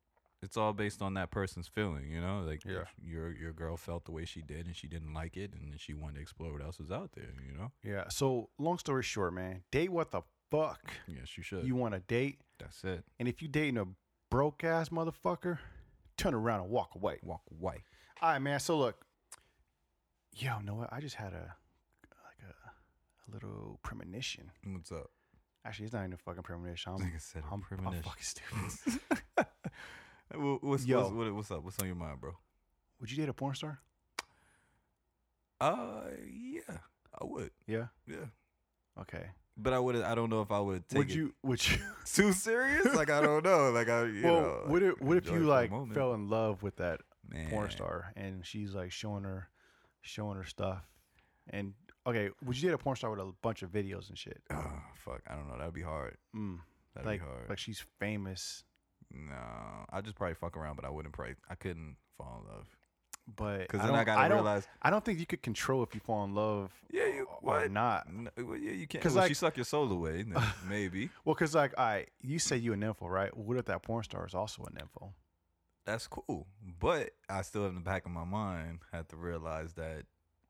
Speaker 3: it's all based on that person's feeling. You know, like
Speaker 2: Yeah.
Speaker 3: if your your girl felt the way she did and she didn't like it, and then she wanted to explore what else was out there. You know.
Speaker 2: Yeah. So long story short, man, date what the fuck
Speaker 3: Yes, you should.
Speaker 2: you want to date,
Speaker 3: That's it.
Speaker 2: and if you dating a broke ass motherfucker, turn around and walk away.
Speaker 3: Walk away.
Speaker 2: All right, man. So look, yo, you know what? I just had a like a, a little premonition.
Speaker 3: What's up?
Speaker 2: Actually, it's not even a fucking premonition. I'm,
Speaker 3: Like I said, a
Speaker 2: I'm, I'm
Speaker 3: premonition.
Speaker 2: fucking stupid.
Speaker 3: Wha- what's,
Speaker 2: Yo.
Speaker 3: what's, what, what's up? What's on your mind, bro?
Speaker 2: Would you date a porn star?
Speaker 3: Uh, yeah, I would.
Speaker 2: Yeah.
Speaker 3: Yeah,
Speaker 2: Okay.
Speaker 3: but I would. I don't know if I would take
Speaker 2: would
Speaker 3: it
Speaker 2: you? Would you?
Speaker 3: too serious. Like I don't know. Like I, you
Speaker 2: well,
Speaker 3: know,
Speaker 2: what if, what if
Speaker 3: enjoy it
Speaker 2: you
Speaker 3: for a
Speaker 2: like
Speaker 3: moment.
Speaker 2: fell in love with that
Speaker 3: man,
Speaker 2: porn star and she's like showing her, showing her stuff, and okay, would you date a porn star with a bunch of videos and shit?
Speaker 3: Oh, fuck, I don't know. That'd be hard.
Speaker 2: Mm,
Speaker 3: That'd
Speaker 2: like,
Speaker 3: be hard.
Speaker 2: like she's famous,
Speaker 3: no, I just probably fuck around, but I wouldn't probably. I couldn't fall in love
Speaker 2: but
Speaker 3: because
Speaker 2: I
Speaker 3: then I,
Speaker 2: don't-
Speaker 3: gotta
Speaker 2: I don't,
Speaker 3: realize.
Speaker 2: I don't think you could control if you fall in love.
Speaker 3: Yeah, you-
Speaker 2: or
Speaker 3: what?
Speaker 2: not?
Speaker 3: No, well, yeah, you can't.
Speaker 2: Oh, 'Cause,
Speaker 3: Well, she
Speaker 2: like-
Speaker 3: suck your soul away. then maybe
Speaker 2: Well, because like I, you say you a nympho, right? What if that porn star is also a nympho?
Speaker 3: that's cool, but I still in the back of my mind have to realize that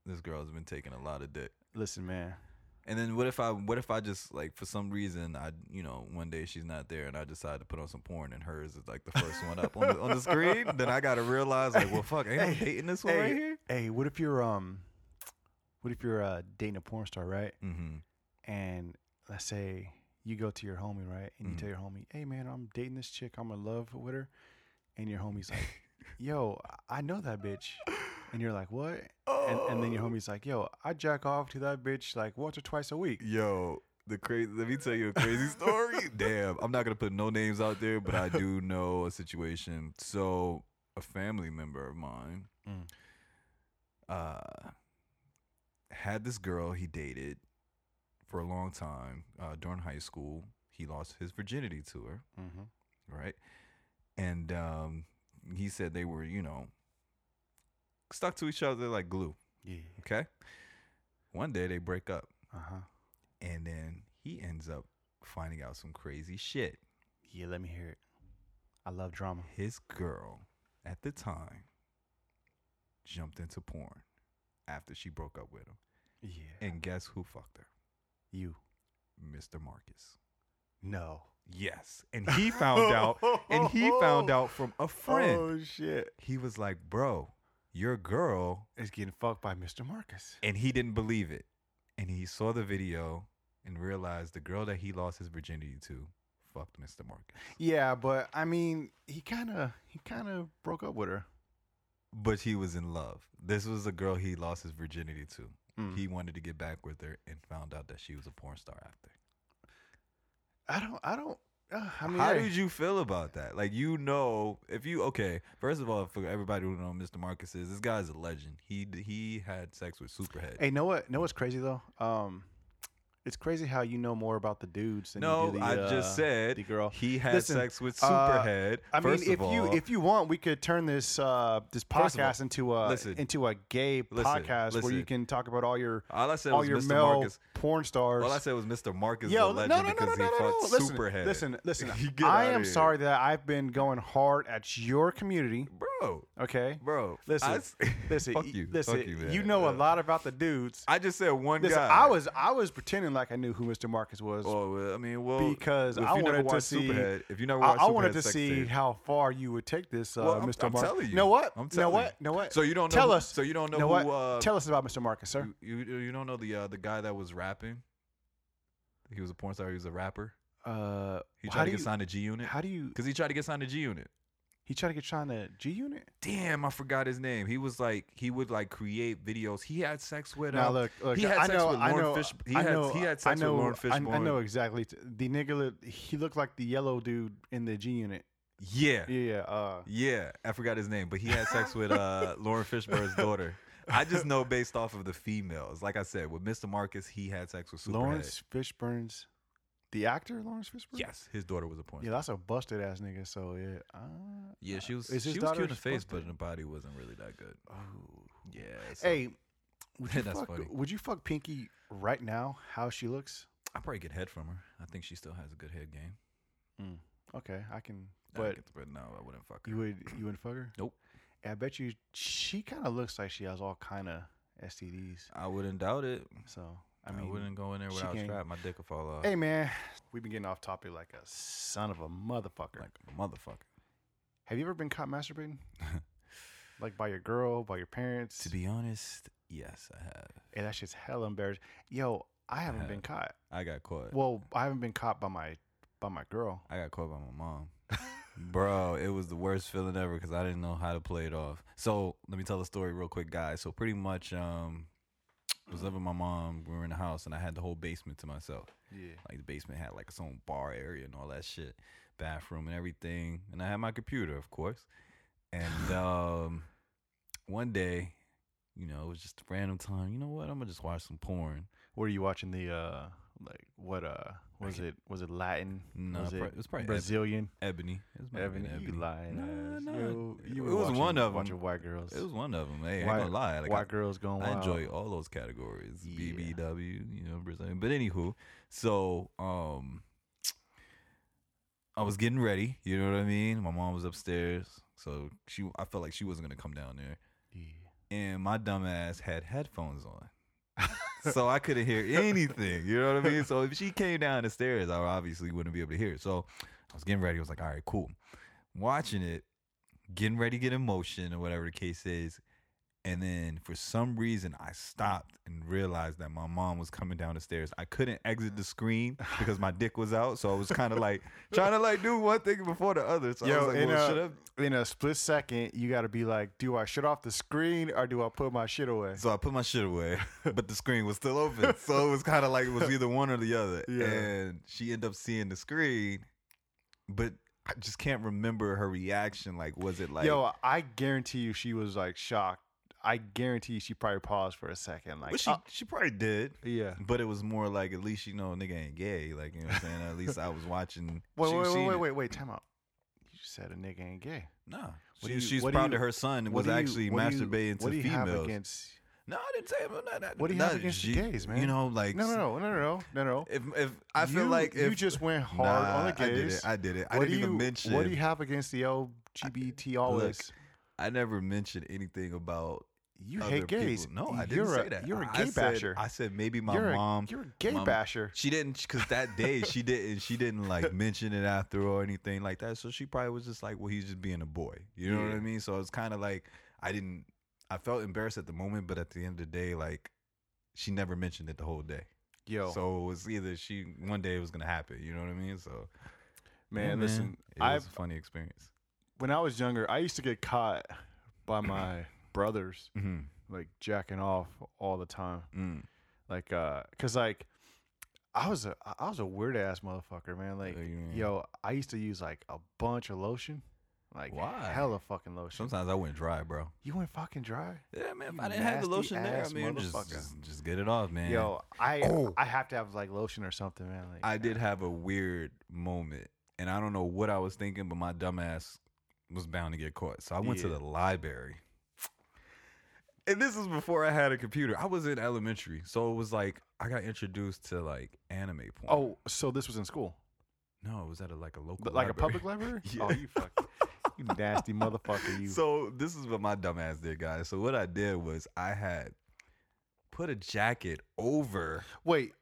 Speaker 3: this girl's been taking a lot of dick.
Speaker 2: Listen, man.
Speaker 3: And then what if I what if I just like for some reason I you know one day she's not there and I decide to put on some porn and hers is like the first one up on the, on the screen then I gotta realize like well fuck ain't I
Speaker 2: Hey,
Speaker 3: hating this one right
Speaker 2: Hey,
Speaker 3: here.
Speaker 2: hey, what if you're um, what if you're uh dating a porn star, right?
Speaker 3: Mm-hmm.
Speaker 2: And let's say you go to your homie, right? And you
Speaker 3: Mhm.
Speaker 2: tell your homie, "Hey, man, I'm dating this chick. I'm in love with her," and your homie's like, "Yo, I know that bitch," and you're like, "What?" And, and then your homie's like, "Yo, I jack off to that bitch like once or twice a week."
Speaker 3: Yo, the crazy. Let me tell you a crazy story. Damn, I'm not gonna put no names out there, but I do know a situation. So, a family member of mine,
Speaker 2: Mm.
Speaker 3: uh, had this girl he dated for a long time uh, during high school. He lost his virginity to her,
Speaker 2: Mm-hmm.
Speaker 3: right? And um, he said they were, you know, stuck to each other like glue.
Speaker 2: Yeah.
Speaker 3: Okay. One day they break up
Speaker 2: Uh huh.
Speaker 3: and then he ends up finding out some crazy shit.
Speaker 2: Yeah. Let me hear it. I love drama.
Speaker 3: His girl at the time jumped into porn after she broke up with him.
Speaker 2: Yeah.
Speaker 3: And guess who fucked her?
Speaker 2: You.
Speaker 3: Mr. Marcus.
Speaker 2: No.
Speaker 3: Yes. And he found out and he found out from a friend.
Speaker 2: Oh shit.
Speaker 3: He was like, "Bro, your girl."
Speaker 2: It's getting fucked by Mr. Marcus.
Speaker 3: And he didn't believe it. And he saw the video and realized the girl that he lost his virginity to fucked Mr. Marcus.
Speaker 2: Yeah, but I mean, he kind of he kind of broke up with her.
Speaker 3: but he was in love. This was a girl he lost his virginity to.
Speaker 2: Mm.
Speaker 3: He wanted to get back with her and found out that she was a porn star after.
Speaker 2: I don't. I don't. Uh, I mean,
Speaker 3: How
Speaker 2: hey,
Speaker 3: did you feel about that? Like you know, if you okay, first of all, for everybody who don't know who Mr. Marcus is, this guy's a legend. He d- he had sex with Superhead.
Speaker 2: hey, know what? Know what's crazy though? Um, it's crazy how you know more about the dudes than
Speaker 3: no,
Speaker 2: you do the,
Speaker 3: I just
Speaker 2: uh,
Speaker 3: said
Speaker 2: the girl.
Speaker 3: he had
Speaker 2: Listen,
Speaker 3: sex with
Speaker 2: uh,
Speaker 3: Superhead.
Speaker 2: I mean,
Speaker 3: first
Speaker 2: if
Speaker 3: of all,
Speaker 2: you if you want, we could turn this uh this
Speaker 3: First of all,
Speaker 2: podcast into a
Speaker 3: listen.
Speaker 2: into a gay
Speaker 3: Listen,
Speaker 2: podcast where you
Speaker 3: listen.
Speaker 2: can talk about all your
Speaker 3: all I said
Speaker 2: all
Speaker 3: was
Speaker 2: your
Speaker 3: Mr.
Speaker 2: male
Speaker 3: Marcus.
Speaker 2: porn stars.
Speaker 3: All I said was Mr. Marcus
Speaker 2: Yo,
Speaker 3: is a legend
Speaker 2: no, no, no, no,
Speaker 3: because
Speaker 2: no,
Speaker 3: he
Speaker 2: no, no.
Speaker 3: fucked
Speaker 2: Listen,
Speaker 3: Superhead.
Speaker 2: listen, listen.
Speaker 3: Get
Speaker 2: I
Speaker 3: outta
Speaker 2: am
Speaker 3: here.
Speaker 2: sorry that I've been going hard at your community.
Speaker 3: bro. bro,
Speaker 2: Okay,
Speaker 3: bro.
Speaker 2: Listen,
Speaker 3: I s-
Speaker 2: listen,
Speaker 3: fuck
Speaker 2: y-
Speaker 3: you,
Speaker 2: listen.
Speaker 3: fuck you, man.
Speaker 2: know a
Speaker 3: Uh,
Speaker 2: lot about the dudes.
Speaker 3: I just said one
Speaker 2: Listen,
Speaker 3: guy.
Speaker 2: I was I was pretending like I knew who Mr. Marcus was
Speaker 3: Oh, well, I mean, well,
Speaker 2: because
Speaker 3: if
Speaker 2: I
Speaker 3: you never
Speaker 2: wanted to
Speaker 3: watched
Speaker 2: see.
Speaker 3: Superhead, if you never
Speaker 2: I,
Speaker 3: watched
Speaker 2: I wanted
Speaker 3: Superhead,
Speaker 2: to
Speaker 3: sex
Speaker 2: see
Speaker 3: tape.
Speaker 2: how far you would take this, uh,
Speaker 3: Well, I'm-
Speaker 2: mister
Speaker 3: I'm
Speaker 2: Marcus.
Speaker 3: telling you.
Speaker 2: Know what?
Speaker 3: I'm
Speaker 2: know
Speaker 3: telling
Speaker 2: what?
Speaker 3: you.
Speaker 2: Know what?
Speaker 3: So you don't know
Speaker 2: Tell
Speaker 3: who-
Speaker 2: us.
Speaker 3: so you don't know
Speaker 2: know
Speaker 3: who,
Speaker 2: what?
Speaker 3: uh,
Speaker 2: Tell us about Mr. Marcus, sir.
Speaker 3: You, you you don't know the uh, the guy that was rapping? He was a porn star. He was a rapper.
Speaker 2: uh,
Speaker 3: He
Speaker 2: how
Speaker 3: tried to
Speaker 2: do
Speaker 3: get
Speaker 2: you-
Speaker 3: signed to G Unit
Speaker 2: How do you?
Speaker 3: because he tried to get signed to G Unit.
Speaker 2: He tried to get Sean to G Unit.
Speaker 3: Damn, I forgot his name. He was like he would like create videos. He had sex with.
Speaker 2: Now
Speaker 3: um,
Speaker 2: look, look.
Speaker 3: he had
Speaker 2: I
Speaker 3: sex
Speaker 2: know.
Speaker 3: with
Speaker 2: I
Speaker 3: Lauren
Speaker 2: know.
Speaker 3: Fish- he
Speaker 2: I
Speaker 3: had-
Speaker 2: know.
Speaker 3: he had
Speaker 2: I
Speaker 3: sex with
Speaker 2: know.
Speaker 3: Lauren
Speaker 2: I, I know
Speaker 3: Fishburne.
Speaker 2: exactly. The nigga. look- He looked like the yellow dude in the G Unit.
Speaker 3: yeah,
Speaker 2: Yeah. yeah, Uh,
Speaker 3: yeah. I forgot his name, but he had sex with uh, Lauren Fishburne's daughter. I just know based off of the females. Like I said, with Mr. Marcus, he had sex with Superhead.
Speaker 2: Lawrence Fishburne's, the actor Lawrence Fishburne.
Speaker 3: Yes, his daughter was a porn.
Speaker 2: Yeah,
Speaker 3: star.
Speaker 2: that's a busted ass nigga. So yeah. Uh,
Speaker 3: Yeah, she was.
Speaker 2: Is his
Speaker 3: she was
Speaker 2: daughter
Speaker 3: cute in the face, but
Speaker 2: supposed
Speaker 3: in the body wasn't really that good.
Speaker 2: oh.
Speaker 3: Yeah. so-
Speaker 2: Hey, would you
Speaker 3: That's
Speaker 2: fuck?
Speaker 3: funny.
Speaker 2: Would you fuck Pinky right now? How she looks?
Speaker 3: I probably get head from her. I think she still has a good head game.
Speaker 2: Okay, I can.
Speaker 3: I
Speaker 2: But
Speaker 3: get the- but no, I wouldn't fuck her.
Speaker 2: you would. You wouldn't fuck her?
Speaker 3: Nope.
Speaker 2: I bet you. She kind of looks like she has all kind of STDs.
Speaker 3: I wouldn't doubt it.
Speaker 2: So
Speaker 3: I,
Speaker 2: I mean,
Speaker 3: wouldn't go in there
Speaker 2: she
Speaker 3: without
Speaker 2: can't-
Speaker 3: strap. My dick would fall off.
Speaker 2: Hey man, we've been getting off topic like a son of a motherfucker.
Speaker 3: like a motherfucker.
Speaker 2: Have you ever been caught masturbating? like by your girl, by your parents?
Speaker 3: To be honest, yes, I have.
Speaker 2: hey, that shit's hella embarrassing. Yo, I haven't been
Speaker 3: have.
Speaker 2: caught.
Speaker 3: I got caught.
Speaker 2: Well, I haven't been caught by my by my girl.
Speaker 3: I got caught by my mom. Bro, it was the worst feeling ever because I didn't know how to play it off. So let me tell the story real quick, guys. So pretty much, um, I was living with my mom. We were in the house, and I had the whole basement to myself.
Speaker 2: Yeah.
Speaker 3: Like the basement had like its own bar area and all that shit, bathroom and everything. And I had my computer, of course. And um, one day, you know, it was just a random time. You know what? I'm gonna just watch some porn.
Speaker 2: What are you watching the uh like what uh was it was it Latin?
Speaker 3: No,
Speaker 2: was
Speaker 3: pro- it was probably Eb-
Speaker 2: Brazilian.
Speaker 3: Ebony. It was my
Speaker 2: Evan,
Speaker 3: man,
Speaker 2: you lying.
Speaker 3: Nah,
Speaker 2: ass.
Speaker 3: nah.
Speaker 2: You,
Speaker 3: It-
Speaker 2: you
Speaker 3: it
Speaker 2: were
Speaker 3: was
Speaker 2: watching-
Speaker 3: one of 'em.
Speaker 2: watching white girls.
Speaker 3: It was one of them. Hey, I ain't
Speaker 2: White-
Speaker 3: gonna lie. Like,
Speaker 2: white
Speaker 3: I,
Speaker 2: girls going
Speaker 3: I
Speaker 2: wild.
Speaker 3: enjoy all those categories.
Speaker 2: Yeah.
Speaker 3: BBW, you know, Brazilian. But anywho, so um I was getting ready, you know what I mean? My mom was upstairs, so she I felt like she wasn't gonna come down there.
Speaker 2: Yeah.
Speaker 3: And my dumb ass had headphones on. so I couldn't hear anything. You know what I mean? So if she came down the stairs, I obviously wouldn't be able to hear. it. So I was getting ready. I was like, all right, cool. Watching it, getting ready to get in motion or whatever the case is. And then for some reason, I stopped and realized that my mom was coming down the stairs. I couldn't exit the screen because my dick was out. So I was kind of like trying to like do one thing before the other. So I
Speaker 2: Yo,
Speaker 3: was like,
Speaker 2: and,
Speaker 3: well,
Speaker 2: uh,
Speaker 3: should I
Speaker 2: in a split second, you got to be like, do I shut off the screen or do I put my shit away?
Speaker 3: So I put my shit away, but the screen was still open. So it was kind of like it was either one or the other.
Speaker 2: Yeah.
Speaker 3: And she ended up seeing the screen, but I just can't remember her reaction. Like, was it like,
Speaker 2: Yo, I guarantee you she was like shocked. I guarantee you she probably paused for a second. Like,
Speaker 3: well, she,
Speaker 2: "Uh,
Speaker 3: she probably did.
Speaker 2: yeah.
Speaker 3: But it was more like, at least you know, nigga ain't gay. Like, you know what I'm saying? At least I was watching.
Speaker 2: Wait,
Speaker 3: she
Speaker 2: wait,
Speaker 3: was
Speaker 2: wait,
Speaker 3: seeing
Speaker 2: wait,
Speaker 3: it.
Speaker 2: wait, wait, time out. You just said a nigga ain't gay.
Speaker 3: Nah.
Speaker 2: What
Speaker 3: She,
Speaker 2: do you-
Speaker 3: she's
Speaker 2: what do
Speaker 3: proud
Speaker 2: you-
Speaker 3: of her son
Speaker 2: What
Speaker 3: was
Speaker 2: do you-
Speaker 3: actually
Speaker 2: what do you-
Speaker 3: masturbating
Speaker 2: what do
Speaker 3: to
Speaker 2: you have
Speaker 3: females.
Speaker 2: against-
Speaker 3: No, I didn't say him. Not, not,
Speaker 2: What do you have
Speaker 3: not
Speaker 2: against the
Speaker 3: G-
Speaker 2: gays, man?
Speaker 3: You know, like,
Speaker 2: No, no, no, no, no, no, no.
Speaker 3: If, if I feel
Speaker 2: You-
Speaker 3: like if
Speaker 2: you just went hard on the
Speaker 3: Nah, I did
Speaker 2: gays.
Speaker 3: it. I did it. I
Speaker 2: what
Speaker 3: didn't
Speaker 2: do you,
Speaker 3: even mention.
Speaker 2: What do you have against the LGBT always?
Speaker 3: I never mentioned anything about
Speaker 2: you
Speaker 3: other
Speaker 2: hate gays.
Speaker 3: People. No, I didn't
Speaker 2: you're
Speaker 3: say
Speaker 2: a,
Speaker 3: that.
Speaker 2: You're a gay
Speaker 3: I said-
Speaker 2: basher.
Speaker 3: I said maybe my
Speaker 2: you're
Speaker 3: mom.
Speaker 2: A, you're a gay
Speaker 3: my-
Speaker 2: basher.
Speaker 3: She didn't because that day she didn't. She didn't like mention it after or anything like that. So she probably was just like, "Well, he's just being a boy." You know what I
Speaker 2: Yeah.
Speaker 3: mean? So it's kind of like I didn't. I felt embarrassed at the moment, but at the end of the day, like she never mentioned it the whole day.
Speaker 2: Yo,
Speaker 3: So it was either she one day it was gonna happen. You know what I mean? So
Speaker 2: man,
Speaker 3: yeah,
Speaker 2: listen.
Speaker 3: it
Speaker 2: I've
Speaker 3: was a funny experience.
Speaker 2: when I was younger, I used to get caught by my brothers
Speaker 3: hmm
Speaker 2: like jacking off all the time.
Speaker 3: Mm.
Speaker 2: Like, uh, cause like I was a I was a weird ass motherfucker, man. Like,
Speaker 3: Oh, you mean-
Speaker 2: yo, I used to use like a bunch of lotion, like
Speaker 3: Why?
Speaker 2: hella fucking lotion.
Speaker 3: Sometimes I went dry, bro.
Speaker 2: you went fucking dry.
Speaker 3: Yeah, man.
Speaker 2: if I didn't have the lotion there, I mean, just- just-
Speaker 3: get it off, man.
Speaker 2: Yo, I
Speaker 3: Oh.
Speaker 2: I have to have like lotion or something, man. Like,
Speaker 3: I did have a weird moment, and I don't know what I was thinking, but my dumbass was bound to get caught. So I went to
Speaker 2: Yeah.
Speaker 3: the library, and this is before I had a computer. I was in elementary, so it was like I got introduced to like anime porn.
Speaker 2: Oh, so this was in school,
Speaker 3: no, it was at a, like a local,
Speaker 2: But, like a
Speaker 3: library.
Speaker 2: public library?
Speaker 3: Yeah.
Speaker 2: Oh, you fuck. You nasty motherfucker. You.
Speaker 3: So this is what my dumbass did, guys. So what I did was I had put a jacket over,
Speaker 2: Wait,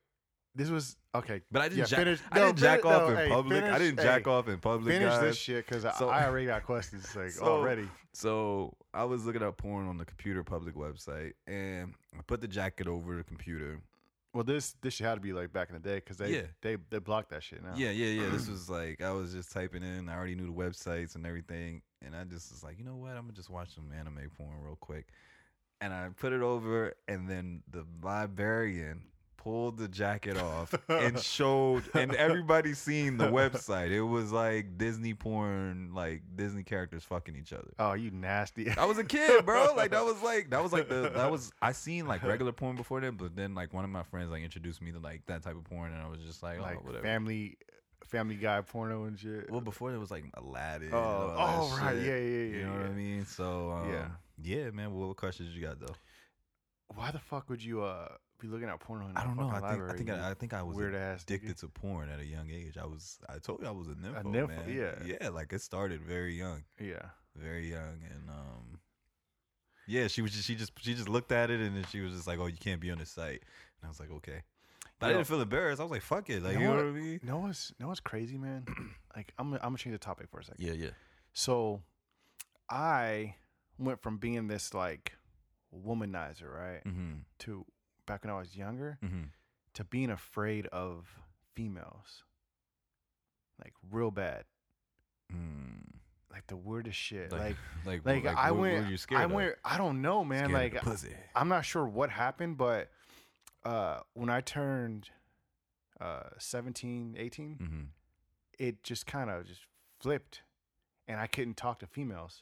Speaker 2: this was okay.
Speaker 3: but I didn't.
Speaker 2: Yeah,
Speaker 3: jack,
Speaker 2: finish-
Speaker 3: I
Speaker 2: no,
Speaker 3: didn't jack
Speaker 2: fin-
Speaker 3: off
Speaker 2: no,
Speaker 3: in
Speaker 2: hey,
Speaker 3: public. I
Speaker 2: finish-
Speaker 3: didn't jack
Speaker 2: hey,
Speaker 3: off in public.
Speaker 2: Finish
Speaker 3: guys.
Speaker 2: this shit because
Speaker 3: So-
Speaker 2: I already got questions like
Speaker 3: So-
Speaker 2: already.
Speaker 3: So I was looking up porn on the computer public website, and I put the jacket over the computer.
Speaker 2: Well, this this shit had to be like back in the day because they
Speaker 3: Yeah.
Speaker 2: they they blocked that shit now.
Speaker 3: Yeah, yeah, yeah. this was like I was just typing in. I already knew the websites and everything, and I just was like, you know what? I'm gonna just watch some anime porn real quick, and I put it over, and then the librarian pulled the jacket off and showed, and everybody seen the website. It was like Disney porn, like Disney characters fucking each other.
Speaker 2: Oh, you nasty.
Speaker 3: I was a kid, bro. Like that was like that was like the that was I seen like regular porn before then, but then like one of my friends like introduced me to like that type of porn, and I was just like, oh,
Speaker 2: like
Speaker 3: whatever.
Speaker 2: family, Family Guy porno and shit.
Speaker 3: Well, before there was like Aladdin. and
Speaker 2: oh,
Speaker 3: all
Speaker 2: oh,
Speaker 3: that
Speaker 2: right,
Speaker 3: shit,
Speaker 2: yeah, yeah, yeah.
Speaker 3: You know
Speaker 2: yeah.
Speaker 3: what I mean? So um, yeah,
Speaker 2: Yeah.
Speaker 3: yeah, man. What questions you got though?
Speaker 2: Why the fuck would you uh be looking at porno? In
Speaker 3: I
Speaker 2: the
Speaker 3: don't know. I think
Speaker 2: fucking
Speaker 3: I
Speaker 2: library,
Speaker 3: think
Speaker 2: you
Speaker 3: I, I think I was
Speaker 2: weird ass nigga?
Speaker 3: addicted to porn at a young age. I was. I told you I was a nympho.
Speaker 2: nympho,
Speaker 3: man.
Speaker 2: yeah.
Speaker 3: yeah. Like it started very young,
Speaker 2: Yeah.
Speaker 3: very young, and um, yeah. She was. Just, she just. She just looked at it, and then she was just like, "Oh, you can't be on this site." And I was like, "Okay," but I
Speaker 2: Yo.
Speaker 3: didn't feel embarrassed. I was like, "Fuck it," like
Speaker 2: You
Speaker 3: you
Speaker 2: know
Speaker 3: know what
Speaker 2: what-
Speaker 3: I mean?
Speaker 2: No one's no one's crazy, man. like I'm gonna- I'm gonna change the topic for a second.
Speaker 3: Yeah, yeah.
Speaker 2: So, I went from being this like womanizer, right,
Speaker 3: Mm-hmm.
Speaker 2: to back when I was younger,
Speaker 3: Mm-hmm.
Speaker 2: to being afraid of females, like real bad,
Speaker 3: Mm.
Speaker 2: like the weirdest shit. Like
Speaker 3: Like, like,
Speaker 2: like,
Speaker 3: like,
Speaker 2: I
Speaker 3: what- what
Speaker 2: went
Speaker 3: were you scared
Speaker 2: I
Speaker 3: of?
Speaker 2: went I don't know, man.
Speaker 3: Scared of
Speaker 2: like
Speaker 3: the pussy.
Speaker 2: I'm not sure what happened, but uh, when I turned uh, 17, 18,
Speaker 3: Mm-hmm.
Speaker 2: it just kind of just flipped, and I couldn't talk to females.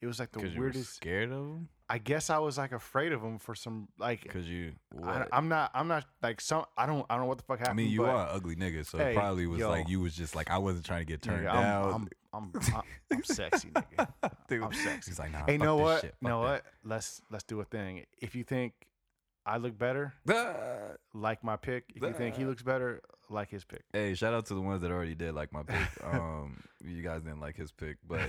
Speaker 2: It was like the
Speaker 1: you were
Speaker 2: weirdest.
Speaker 1: scared of them?
Speaker 2: I guess I was like afraid of them for some like.
Speaker 1: Because you.
Speaker 2: I,
Speaker 1: What?
Speaker 2: I'm not. I'm not like some. I don't. I don't know what the fuck
Speaker 3: I
Speaker 2: happened.
Speaker 3: mean, you
Speaker 2: but,
Speaker 3: are an ugly nigga, so
Speaker 2: Hey,
Speaker 3: it probably was
Speaker 2: yo.
Speaker 3: like you was just like I wasn't trying to get turned
Speaker 2: nigga,
Speaker 3: down.
Speaker 2: I'm, I'm, I'm, I'm sexy, nigga.
Speaker 3: Dude.
Speaker 2: I'm sexy.
Speaker 3: He's like, nah.
Speaker 2: Hey,
Speaker 3: fuck
Speaker 2: know
Speaker 3: this
Speaker 2: what?
Speaker 3: Shit, fuck
Speaker 2: know
Speaker 3: that.
Speaker 2: what? Let's let's do a thing. If you think I look better,
Speaker 3: Ah.
Speaker 2: like my pick. If you think he
Speaker 3: That-
Speaker 2: looks better, like his pick.
Speaker 3: Hey, shout out to the ones that already did like my pick. Um, you guys didn't like his pick, but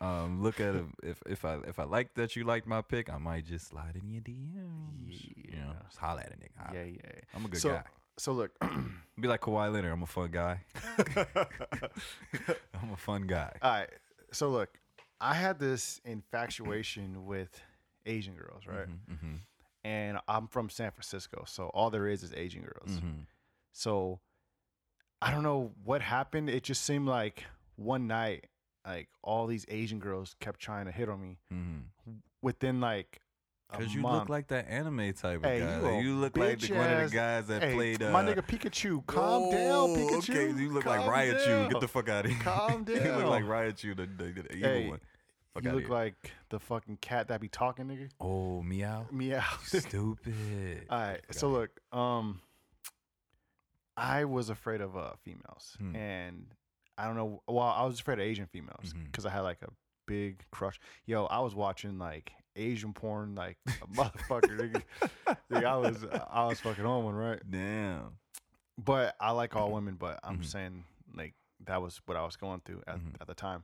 Speaker 3: um, look at him. If if I if I like that you liked my pick, I might just slide in your DMs. You know,
Speaker 2: Yeah.
Speaker 3: just holla at a nigga. holla.
Speaker 2: yeah, yeah.
Speaker 3: I'm a good
Speaker 2: so,
Speaker 3: guy.
Speaker 2: so look,
Speaker 3: Be like Kawhi Leonard. I'm a fun guy. I'm a fun guy.
Speaker 2: all right. So look, I had this infatuation with Asian girls, right?
Speaker 3: Mm-hmm,
Speaker 2: And I'm from San Francisco, so all there is is Asian girls.
Speaker 3: mm-hmm.
Speaker 2: So I don't know what happened. It just seemed like one night, like all these Asian girls kept trying to hit on me.
Speaker 3: Mm-hmm.
Speaker 2: Within like, a
Speaker 3: Because you
Speaker 2: month.
Speaker 3: look like that anime type of
Speaker 2: Hey,
Speaker 3: guy.
Speaker 2: you
Speaker 3: Like,
Speaker 2: a
Speaker 3: you look like the, one of
Speaker 2: bitch-ass-
Speaker 3: the guys that
Speaker 2: Hey,
Speaker 3: played. Uh,
Speaker 2: my nigga Pikachu, calm down,
Speaker 3: Oh,
Speaker 2: Pikachu.
Speaker 3: Okay, you look like
Speaker 2: calm
Speaker 3: Raichu.
Speaker 2: down.
Speaker 3: Get the fuck out of here.
Speaker 2: Calm
Speaker 3: you look like
Speaker 2: down.
Speaker 3: Raichu, the, the, the evil
Speaker 2: Hey,
Speaker 3: one. Fuck
Speaker 2: you
Speaker 3: outta
Speaker 2: look
Speaker 3: here.
Speaker 2: like the fucking cat that be talking, nigga.
Speaker 3: Oh, meow.
Speaker 2: Meow.
Speaker 3: Stupid.
Speaker 2: All right. So look, um, I was afraid of uh females,
Speaker 3: Hmm.
Speaker 2: and I don't know. Well, I was afraid of Asian females
Speaker 3: Mhm.
Speaker 2: because I had like a big crush. Yo, I was watching like Asian porn, like a motherfucker, nigga. Like, I was, I was fucking on one, right?
Speaker 3: Damn.
Speaker 2: But I like all women, but I'm
Speaker 3: Mhm.
Speaker 2: saying like that was what I was going through at,
Speaker 3: Mhm.
Speaker 2: at the time.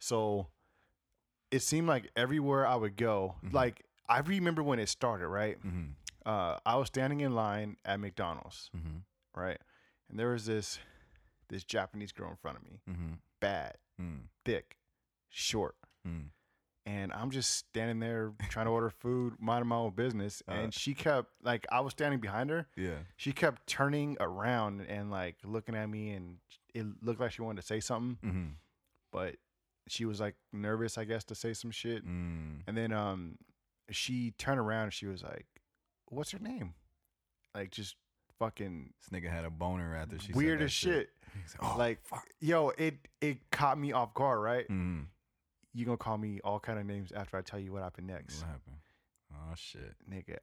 Speaker 2: So it seemed like everywhere I would go,
Speaker 3: Mhm.
Speaker 2: like I remember when it started, right?
Speaker 3: Mm-hmm.
Speaker 2: Uh, I was standing in line at McDonald's,
Speaker 3: Mm-hmm.
Speaker 2: right? And there was this this Japanese girl in front of me,
Speaker 3: Mm-hmm.
Speaker 2: bad,
Speaker 3: Mm-hmm.
Speaker 2: thick, short, and I'm just standing there trying to order food, minding my own business.
Speaker 3: Uh.
Speaker 2: And she kept like I was standing behind her,
Speaker 3: Yeah.
Speaker 2: she kept turning around and like looking at me and it looked like she wanted to say something
Speaker 3: Mm-hmm.
Speaker 2: but she was like nervous i guess to say some shit
Speaker 3: Mm.
Speaker 2: and then um she turned around and she was like what's her name like just fucking
Speaker 3: This nigga had a boner after she
Speaker 2: weird
Speaker 3: said that
Speaker 2: as shit,
Speaker 3: He's like, oh,
Speaker 2: like
Speaker 3: fuck.
Speaker 2: yo it it caught me off guard right
Speaker 3: Mm-hmm.
Speaker 2: you gonna call me all kind of names after i tell you what happened
Speaker 3: What
Speaker 2: next
Speaker 3: happened? Oh, shit.
Speaker 2: nigga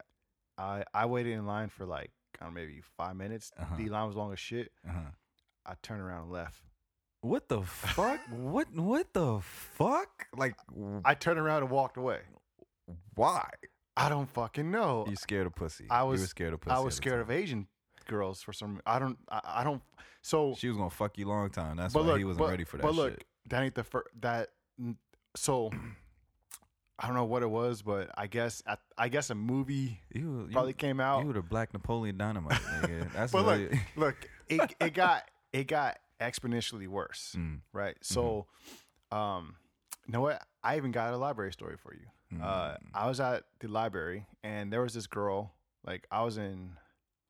Speaker 2: i i waited in line for like I don't know, maybe five minutes
Speaker 3: Uh-huh.
Speaker 2: the line was long as shit
Speaker 3: Uh-huh.
Speaker 2: i turned around and left
Speaker 3: What the fuck? what what the fuck? Like
Speaker 2: i turned around and walked away
Speaker 3: why?
Speaker 2: I don't fucking know.
Speaker 3: You scared of pussy.
Speaker 2: I
Speaker 3: You
Speaker 2: was-
Speaker 3: were scared of pussy.
Speaker 2: I was scared of Asian girls for some. I don't. I, I don't. So,
Speaker 3: She was gonna fuck you long time. That's
Speaker 2: but
Speaker 3: why
Speaker 2: look,
Speaker 3: he wasn't
Speaker 2: but,
Speaker 3: ready for that
Speaker 2: but look,
Speaker 3: shit.
Speaker 2: that ain't the first that n- so I don't know what it was, but I guess I, I guess a movie
Speaker 3: You, you,
Speaker 2: probably came out.
Speaker 3: you were the black Napoleon Dynamite. Nigga. That's
Speaker 2: but
Speaker 3: what
Speaker 2: look,
Speaker 3: it-
Speaker 2: look, it it got it got exponentially worse,
Speaker 3: Mm,
Speaker 2: right? So, um, you know what? I even got a library story for you. Uh,
Speaker 3: mm,
Speaker 2: I was at the library and there was this girl. Like I was in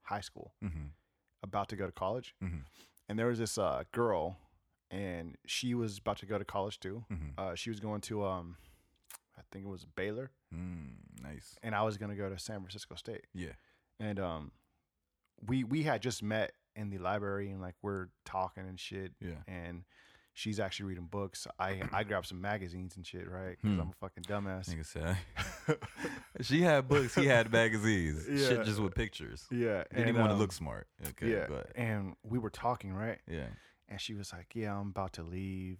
Speaker 2: high school,
Speaker 3: mhm,
Speaker 2: about to go to college,
Speaker 3: Mhm.
Speaker 2: and there was this uh, girl, and she was about to go to college too.
Speaker 3: mhm,
Speaker 2: Uh, she was going to um, I think it was Baylor,
Speaker 3: mm, nice.
Speaker 2: and I was gonna go to San Francisco State.
Speaker 3: Yeah.
Speaker 2: and um, we we had just met in the library and like we're talking and shit,
Speaker 3: Yeah.
Speaker 2: and she's actually reading books. I I grabbed some magazines and shit, right? Because
Speaker 3: Hmm.
Speaker 2: I'm a fucking dumbass.
Speaker 3: Nigga said she had books. He had magazines.
Speaker 2: Yeah.
Speaker 3: Shit just with pictures.
Speaker 2: yeah,
Speaker 3: Didn't even want to
Speaker 2: um,
Speaker 3: look smart. Okay.
Speaker 2: yeah,
Speaker 3: Go ahead.
Speaker 2: and we were talking, right?
Speaker 3: Yeah.
Speaker 2: and she was like, "Yeah, I'm about to leave,"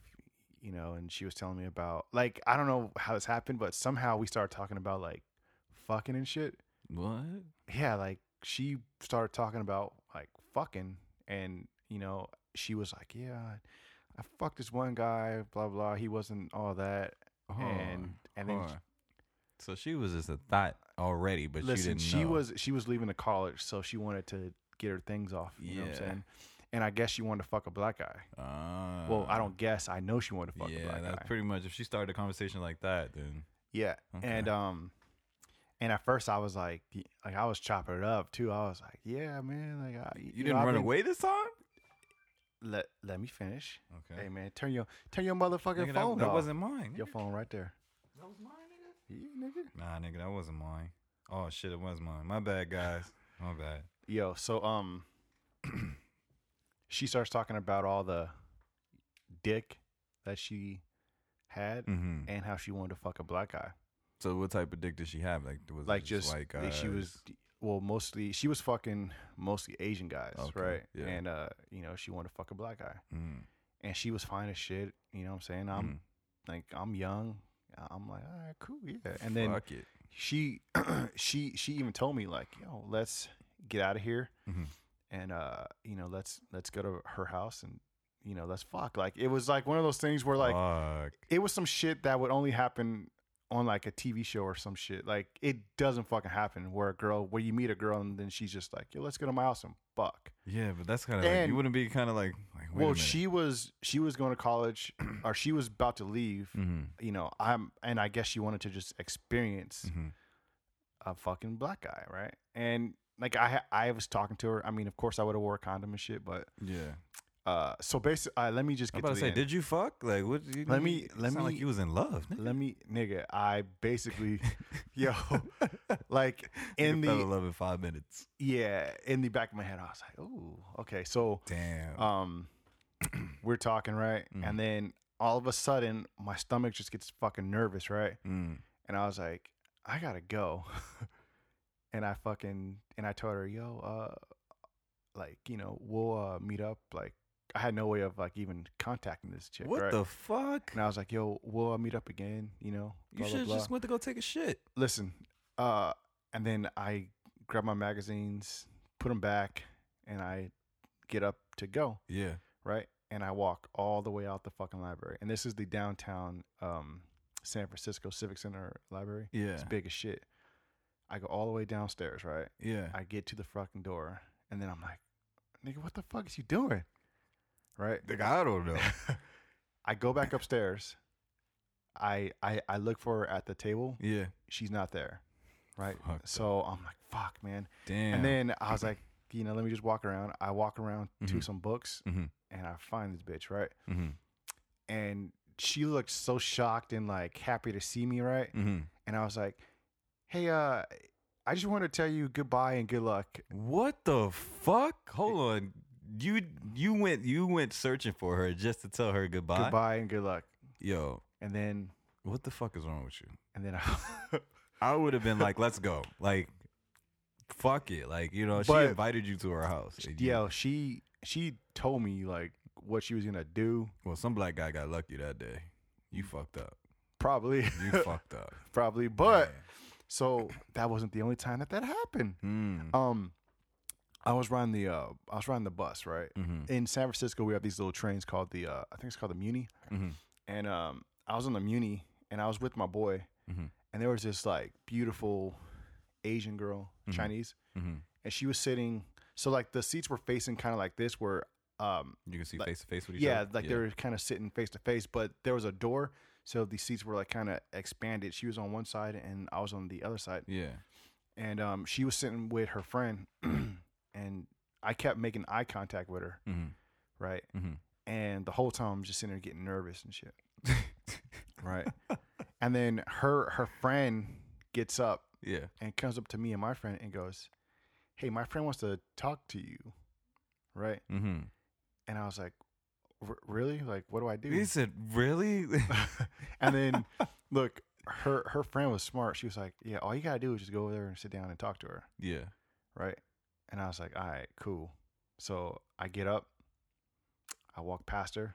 Speaker 2: you know, and she was telling me about like I don't know how this happened, but somehow we started talking about like fucking and shit.
Speaker 3: What?
Speaker 2: Yeah, like she started talking about like fucking, and you know, she was like, "Yeah, I- I fucked this one guy, blah blah. He wasn't all that," and and then
Speaker 3: Huh. so she was just a thought already, but she
Speaker 2: listen,
Speaker 3: didn't.
Speaker 2: she
Speaker 3: know.
Speaker 2: was she was leaving the college, so she wanted to get her things off. You know what I'm
Speaker 3: Yeah.
Speaker 2: saying? And I guess she wanted to fuck a black guy.
Speaker 3: Ah.
Speaker 2: Well, I don't guess. I know she wanted to fuck a
Speaker 3: yeah,
Speaker 2: black
Speaker 3: that's
Speaker 2: guy.
Speaker 3: pretty much. If she started a conversation like that, then
Speaker 2: Yeah.
Speaker 3: Okay.
Speaker 2: And um and at first I was like y- like I was chopping it up too. I was like, yeah, man, like I,
Speaker 3: you,
Speaker 2: uh, know,
Speaker 3: didn't
Speaker 2: I've
Speaker 3: run
Speaker 2: been-
Speaker 3: away this time.
Speaker 2: Let let me finish.
Speaker 3: Okay.
Speaker 2: Hey man, turn your turn your motherfucking
Speaker 3: Nigga, that,
Speaker 2: phone
Speaker 3: that
Speaker 2: off.
Speaker 3: wasn't mine.
Speaker 2: your
Speaker 3: nigga.
Speaker 2: phone right there.
Speaker 3: That was mine, nigga.
Speaker 2: Yeah, nigga.
Speaker 3: Nah, nigga, that wasn't mine. Oh shit, it was mine. My bad, guys. My bad.
Speaker 2: Yo, so um she starts talking about all the dick that she had
Speaker 3: Mm-hmm.
Speaker 2: and how she wanted to fuck a black guy.
Speaker 3: So, what type of dick did she have? Like, was
Speaker 2: Like
Speaker 3: it
Speaker 2: just,
Speaker 3: like uh,
Speaker 2: like she was well mostly she was fucking mostly Asian guys,
Speaker 3: Okay,
Speaker 2: right?
Speaker 3: yeah.
Speaker 2: And uh, you know, she wanted to fuck a black guy.
Speaker 3: Mm,
Speaker 2: and she was fine as shit. You know what I'm saying? I'm
Speaker 3: mm.
Speaker 2: like I'm young. I'm like, all right, cool, yeah. And then
Speaker 3: fuck it.
Speaker 2: she she she even told me like, yo, let's get out of here
Speaker 3: Mhm.
Speaker 2: and uh, you know, let's let's go to her house and you know, let's fuck. Like it was like one of those things where like
Speaker 3: fuck.
Speaker 2: it was some shit that would only happen on like a TV show or some shit. Like it doesn't fucking happen where a girl where you meet a girl and then she's just like, yo, let's go to my house and fuck.
Speaker 3: Yeah, but that's kind of like,
Speaker 2: And-
Speaker 3: you wouldn't be kind of like, like wait
Speaker 2: well, she was she was going to college or she was about to leave
Speaker 3: Mm-hmm.
Speaker 2: you know, I'm, and I guess she wanted to just experience
Speaker 3: Mm-hmm.
Speaker 2: a fucking black guy, right? And like I, ha- I was talking to her. I mean, of course, I would have wore a condom and shit, but
Speaker 3: Yeah.
Speaker 2: uh, so basically, uh, let me just
Speaker 3: I'm
Speaker 2: get
Speaker 3: about
Speaker 2: to
Speaker 3: to say,
Speaker 2: the end.
Speaker 3: did you fuck? Like, what? You,
Speaker 2: Let
Speaker 3: you-
Speaker 2: me-
Speaker 3: it
Speaker 2: let
Speaker 3: sound like
Speaker 2: me-
Speaker 3: you was in love. Nigga.
Speaker 2: let me, nigga, I basically, yo, like in
Speaker 3: Nigga fell
Speaker 2: the
Speaker 3: in love in five minutes.
Speaker 2: yeah, in the back of my head, I was like, oh, okay, so
Speaker 3: Damn.
Speaker 2: um, we're talking right,
Speaker 3: Mhm.
Speaker 2: and then all of a sudden, my stomach just gets fucking nervous, right?
Speaker 3: mm.
Speaker 2: and I was like, I gotta go. and I fucking and I told her, yo, uh, like you know, we'll uh, meet up. Like I had no way of like even contacting this chick.
Speaker 3: What
Speaker 2: right?
Speaker 3: the fuck?
Speaker 2: And I was like, yo, we'll uh, meet up again. You know,
Speaker 3: you
Speaker 2: blah,
Speaker 3: should
Speaker 2: blah,
Speaker 3: have
Speaker 2: blah.
Speaker 3: just went to go take a shit.
Speaker 2: listen. Uh, and then I grab my magazines, put them back, and I get up to go
Speaker 3: Yeah.
Speaker 2: right? And I walk all the way out the fucking library. And this is the downtown um, San Francisco Civic Center library. It's
Speaker 3: Yeah.
Speaker 2: big as shit. I go all the way downstairs, right?
Speaker 3: Yeah.
Speaker 2: I get to the fucking door, and then I'm like, nigga, what the fuck is you doing? Right?
Speaker 3: Nigga, I don't know.
Speaker 2: I go back upstairs. I, I I look for her at the table.
Speaker 3: yeah.
Speaker 2: She's not there. Right?
Speaker 3: Fuck.
Speaker 2: So I'm like, fuck, man.
Speaker 3: Damn.
Speaker 2: And then I was like, you know, let me just walk around. I walk around to
Speaker 3: Mhm.
Speaker 2: some books
Speaker 3: Mhm.
Speaker 2: and I find this bitch, right?
Speaker 3: Mm-hmm.
Speaker 2: and she looked so shocked and like happy to see me, right?
Speaker 3: Mm-hmm.
Speaker 2: And I was like, "Hey, uh, I just wanted to tell you goodbye and good luck."
Speaker 3: What the fuck? Hold on. You you went you went searching for her just to tell her goodbye.
Speaker 2: Goodbye and good luck.
Speaker 3: Yo,
Speaker 2: And then,
Speaker 3: what the fuck is wrong with you?
Speaker 2: and then I,
Speaker 3: I would have been like, let's go. Like, fuck it. Like, you know, she
Speaker 2: But-
Speaker 3: invited you to her house. and you-
Speaker 2: yeah, she she told me like what she was gonna do,
Speaker 3: Well, some black guy got lucky that day. You fucked up.
Speaker 2: probably,
Speaker 3: You fucked up.
Speaker 2: probably. But so that wasn't the only time that that happened.
Speaker 3: Man. Mm.
Speaker 2: Um, I was riding the uh, I was riding the bus right
Speaker 1: Mm-hmm.
Speaker 2: in San Francisco. We have these little trains called the uh, I think it's called the Muni,
Speaker 1: Mhm.
Speaker 2: and um, I was on the Muni and I was with my boy,
Speaker 1: Mhm.
Speaker 2: and there was this like beautiful Asian girl,
Speaker 1: Mhm.
Speaker 2: Chinese,
Speaker 1: Mm-hmm.
Speaker 2: and she was sitting. So like the seats were facing kind of like this, where um,
Speaker 1: You can see
Speaker 2: Like-
Speaker 1: face to face with each
Speaker 2: yeah,
Speaker 1: other.
Speaker 2: like they were kind of sitting face to face, but there was a door, so the seats were like kind of expanded. She was on one side and I was on the other side,
Speaker 1: Yeah.
Speaker 2: and um, she was sitting with her friend, and I kept making eye contact with her,
Speaker 1: Mm-hmm.
Speaker 2: right?
Speaker 1: Mhm.
Speaker 2: And the whole time I'm just sitting there getting nervous and shit, right? and then her her friend gets up
Speaker 1: Yeah.
Speaker 2: and comes up to me and my friend and goes, "Hey, my friend wants to talk to you," right?
Speaker 1: Mm-hmm.
Speaker 2: And I was like, "R- "Really? Like, what do I do?"
Speaker 3: He said, "Really?"
Speaker 2: and then look, her her friend was smart. She was like, "Yeah, all you gotta do is just go over there and sit down and talk to her,
Speaker 1: Yeah.
Speaker 2: right?" And I was like, "All right, cool." So I get up, I walk past her,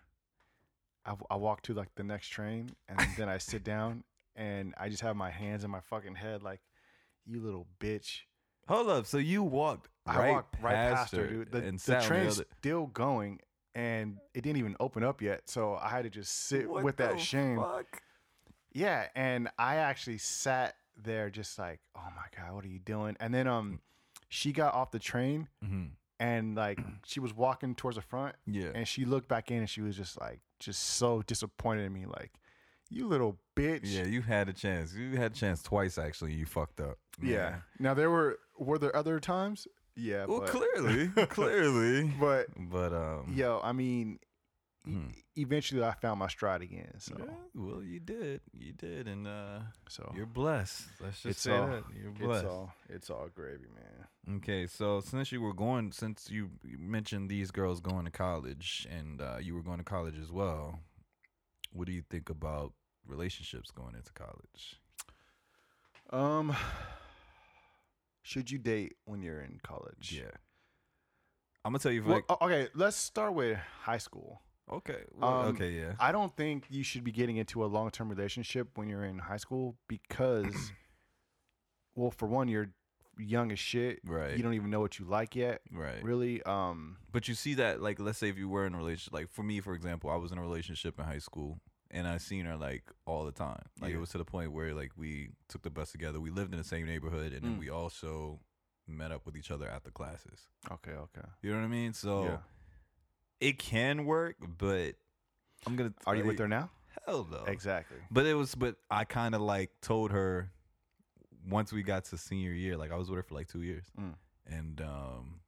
Speaker 2: I, w- I walk to like the next train, and then I sit down and I just have my hands in my fucking head, like, "You little bitch."
Speaker 3: Hold up. So you walked right,
Speaker 2: I walked right past her, dude. The,
Speaker 3: and
Speaker 2: the
Speaker 3: sat on
Speaker 2: train's
Speaker 3: other-
Speaker 2: still going, and it didn't even open up yet. So I had to just sit
Speaker 3: What
Speaker 2: with that
Speaker 3: the
Speaker 2: shame.
Speaker 3: fuck?
Speaker 2: Yeah, and I actually sat there just like, oh my god, what are you doing? And then um, she got off the train
Speaker 1: Mm-hmm.
Speaker 2: and like she was walking towards the front,
Speaker 1: Yeah.
Speaker 2: and she looked back in and she was just like, just so disappointed in me, like, you little bitch.
Speaker 3: Yeah, you had a chance. You had a chance twice actually. You fucked up.
Speaker 2: Yeah. Now there were were there other times? Yeah.
Speaker 3: Well,
Speaker 2: but,
Speaker 3: clearly, clearly.
Speaker 2: But
Speaker 3: But um,
Speaker 2: yo, I mean, e-
Speaker 1: Hmm.
Speaker 2: eventually I found my stride again. So
Speaker 3: yeah, well, you did. You did, and uh,
Speaker 2: so
Speaker 3: you're blessed. Let's just
Speaker 2: Oh. It's
Speaker 3: say
Speaker 2: all-
Speaker 3: that you're
Speaker 2: it's
Speaker 3: blessed.
Speaker 2: all it's all gravy, man.
Speaker 3: Okay, so since you were going, since you mentioned these girls going to college and uh, you were going to college as well, what do you think about relationships going into college?
Speaker 2: Um, should you date when you're in college?
Speaker 3: Yeah, I'm gonna tell you
Speaker 2: Well,
Speaker 3: like
Speaker 2: o- okay, let's start with high school.
Speaker 3: okay, well,
Speaker 2: um,
Speaker 3: okay, yeah,
Speaker 2: I don't think you should be getting into a long term relationship when you're in high school because, well, for one, you're young as shit.
Speaker 3: right,
Speaker 2: You don't even know what you like yet.
Speaker 3: right.
Speaker 2: Really? Um,
Speaker 3: But you see that, like, let's say if you were in a relationship, like for me, for example, I was in a relationship in high school and I seen her like all the time. Like
Speaker 2: Yeah.
Speaker 3: it was to the point where like we took the bus together. We lived in the same neighborhood and then
Speaker 2: Mm.
Speaker 3: we also met up with each other after classes.
Speaker 2: okay, okay.
Speaker 3: You know what I mean? So
Speaker 2: Yeah.
Speaker 3: it can work, but I'm gonna.
Speaker 2: Are you with her now?
Speaker 3: Hell no.
Speaker 2: Exactly.
Speaker 3: But it was, but I kind of like told her once we got to senior year, like I was with her for like two years,
Speaker 2: Mm.
Speaker 3: and um,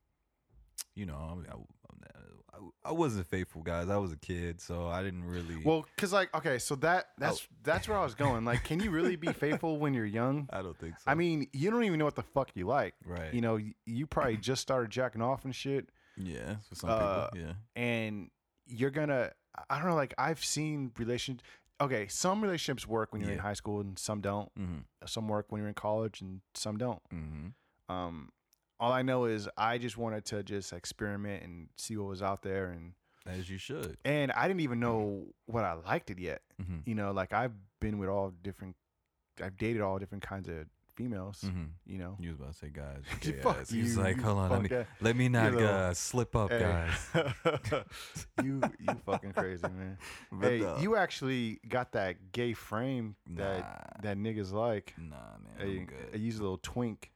Speaker 3: you know, I, mean, I, I, I wasn't faithful, guys. I was a kid, so I didn't really.
Speaker 2: Well, cause like okay, so that that's
Speaker 3: Oh.
Speaker 2: that's where I was going. Like, can you really be faithful when you're young?
Speaker 3: I don't think so.
Speaker 2: I mean, you don't even know what the fuck you like.
Speaker 3: right?
Speaker 2: You know, y- you probably just started jacking off and shit.
Speaker 3: yeah, for some
Speaker 2: uh,
Speaker 3: people, yeah.
Speaker 2: and you're gonna i don't know like i've seen relation okay some relationships work when you're in
Speaker 3: Yeah.
Speaker 2: high school and some don't
Speaker 3: Mm-hmm.
Speaker 2: some work when you're in college and some don't
Speaker 3: Mm-hmm.
Speaker 2: um all i know is i just wanted to just experiment and see what was out there and
Speaker 3: As you should.
Speaker 2: and i didn't even know what i liked it yet
Speaker 3: Mm-hmm.
Speaker 2: you know like i've been with all different i've dated all different kinds of females
Speaker 3: Mm-hmm.
Speaker 2: you know
Speaker 3: You was about to say, guys.
Speaker 2: You
Speaker 3: gay
Speaker 2: fuck
Speaker 3: ass. He's
Speaker 2: you,
Speaker 3: like,
Speaker 2: you
Speaker 3: hold on, let me,
Speaker 2: fuck ass.
Speaker 3: let me not
Speaker 2: little-
Speaker 3: uh, slip up, guys.
Speaker 2: Hey. you you fucking crazy man
Speaker 3: But,
Speaker 2: Hey,
Speaker 3: uh,
Speaker 2: you actually got that gay frame that
Speaker 3: Nah.
Speaker 2: that niggas like.
Speaker 3: Nah, man,
Speaker 2: Hey,
Speaker 3: I'm good.
Speaker 2: I use a little twink.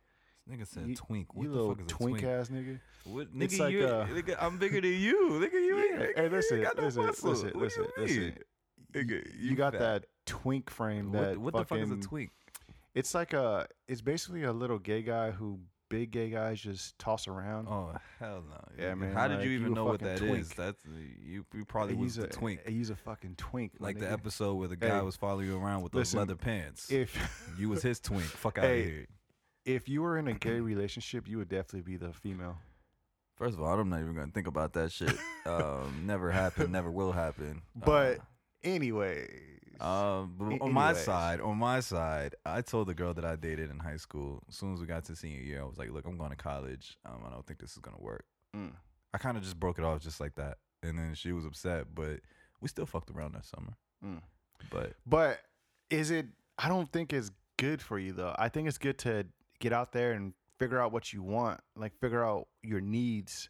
Speaker 3: This nigga said
Speaker 2: you-
Speaker 3: twink. What
Speaker 2: you
Speaker 3: the
Speaker 2: little
Speaker 3: fuck is
Speaker 2: twink,
Speaker 3: a twink?
Speaker 2: ass nigga.
Speaker 3: What,
Speaker 2: It's
Speaker 3: nigga,
Speaker 2: like,
Speaker 3: you,
Speaker 2: uh,
Speaker 3: nigga, I'm bigger than you. Nigga, you ain't.
Speaker 2: Yeah,
Speaker 3: Nigga,
Speaker 2: hey,
Speaker 3: you ain't
Speaker 2: listen,
Speaker 3: got no
Speaker 2: listen,
Speaker 3: muscle.
Speaker 2: listen,
Speaker 3: What do
Speaker 2: listen,
Speaker 3: you
Speaker 2: listen.
Speaker 3: mean?
Speaker 2: Y-
Speaker 3: Nigga,
Speaker 2: you,
Speaker 3: you
Speaker 2: got
Speaker 3: fat.
Speaker 2: that twink frame that
Speaker 3: what, what the fuck
Speaker 2: fucking,
Speaker 3: is a twink?
Speaker 2: It's like a it's basically a little gay guy who big gay guys just toss around.
Speaker 3: Oh hell no!
Speaker 2: Yeah,
Speaker 3: Nigga,
Speaker 2: man,
Speaker 3: How did
Speaker 2: like,
Speaker 3: you
Speaker 2: you
Speaker 3: even
Speaker 2: a
Speaker 3: know what
Speaker 2: fucking
Speaker 3: that is?
Speaker 2: twink.
Speaker 3: That's you. You probably was
Speaker 2: he's
Speaker 3: the
Speaker 2: a
Speaker 3: twink.
Speaker 2: He's a fucking twink. my
Speaker 3: like the
Speaker 2: nigga.
Speaker 3: episode where the guy
Speaker 2: Hey,
Speaker 3: was following you around with those
Speaker 2: listen,
Speaker 3: leather pants.
Speaker 2: If
Speaker 3: you was his twink. Fuck out
Speaker 2: Hey.
Speaker 3: of here.
Speaker 2: if you were in a gay relationship, you would definitely be the female.
Speaker 3: First of all, I'm not even gonna think about that shit. um, never happened. Never will happen.
Speaker 2: But anyway,
Speaker 3: Um, but
Speaker 2: A-
Speaker 3: on my
Speaker 2: anyways.
Speaker 3: side, on my side, I told the girl that I dated in high school. As soon as we got to senior year, I was like, "Look, I'm going to college. Um, I don't think this is gonna work."
Speaker 2: Mm.
Speaker 3: I kind of just broke it off just like that, and then she was upset. But we still fucked around that summer.
Speaker 2: Mm.
Speaker 3: But
Speaker 2: But is it? I don't think it's good for you though. I think it's good to get out there and figure out what you want, like figure out your needs,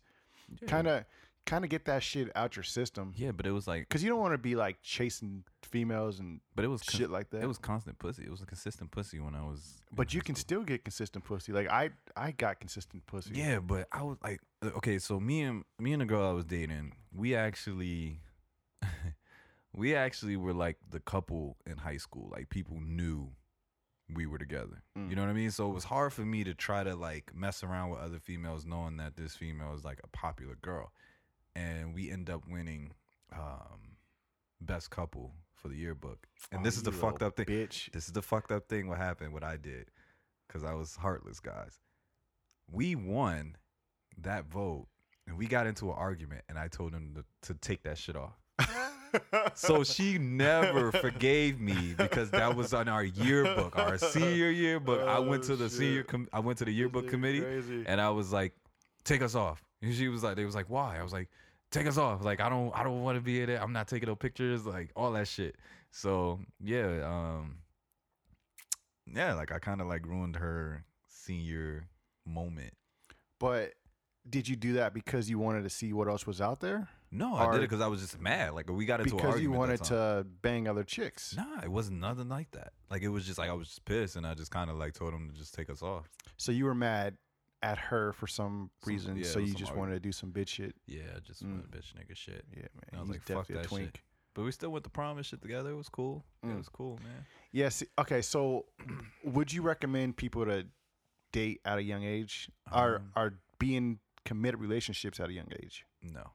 Speaker 2: kind of kind of get that shit out your system.
Speaker 3: Yeah, but it was like,
Speaker 2: Cause you don't want to be like chasing females and
Speaker 3: but it was con-
Speaker 2: shit like that.
Speaker 3: It was constant pussy. It was a consistent pussy when I was. in
Speaker 2: but you
Speaker 3: high
Speaker 2: can
Speaker 3: school.
Speaker 2: still get consistent pussy. Like I, I got consistent pussy.
Speaker 3: Yeah, but I was like, uh, okay, so me and me and the girl I was dating, we actually, we actually were like the couple in high school. Like people knew we were together.
Speaker 2: Mm.
Speaker 3: You know what I mean? So it was hard for me to try to like mess around with other females, knowing that this female is like a popular girl, and we end up winning um, best couple for the yearbook. And
Speaker 2: Oh,
Speaker 3: this is the
Speaker 2: you
Speaker 3: fucked
Speaker 2: little
Speaker 3: up thing.
Speaker 2: bitch.
Speaker 3: This is the fucked up thing. What happened? What I did? Because I was heartless, guys. We won that vote, and we got into an argument, and I told him to, to take that shit off. So she never forgave me because that was on our yearbook, our senior yearbook. I went
Speaker 2: Oh,
Speaker 3: to the senior,
Speaker 2: shit.
Speaker 3: com- I went to the yearbook committee,
Speaker 2: Crazy.
Speaker 3: and I was like, "Take us off." And she was like, "They was like, why?" I was like, "Take us off." Like, I don't, I don't want to be in it. I'm not taking no pictures. Like all that shit. So yeah, um, yeah, like I kind of like ruined her senior moment.
Speaker 2: But did you do that because you wanted to see what else was out there?
Speaker 3: No, I did
Speaker 2: Or-
Speaker 3: it because I was just mad. Like we got into an
Speaker 2: Because you
Speaker 3: argument that
Speaker 2: wanted
Speaker 3: time.
Speaker 2: to bang other chicks.
Speaker 3: Nah, it wasn't nothing like that. Like it was just like I was just pissed, and I just kind of like told him to just take us off.
Speaker 2: So you were mad at her for some
Speaker 3: Some-
Speaker 2: reason.
Speaker 3: yeah,
Speaker 2: so
Speaker 3: it was
Speaker 2: you
Speaker 3: some
Speaker 2: just
Speaker 3: argument.
Speaker 2: wanted to do some bitch shit.
Speaker 3: Yeah, I just
Speaker 2: Mm.
Speaker 3: went bitch nigga shit.
Speaker 2: Yeah, man.
Speaker 3: I was
Speaker 2: He's
Speaker 3: like, fuck
Speaker 2: definitely
Speaker 3: that
Speaker 2: a
Speaker 3: shit.
Speaker 2: twink.
Speaker 3: But we still went to prom and shit together. It was cool. It
Speaker 2: Mm.
Speaker 3: was cool, man.
Speaker 2: Yes. Okay. So, would you recommend people to date at a young age, or
Speaker 3: Um,
Speaker 2: or be in committed relationships at a young age,
Speaker 3: No,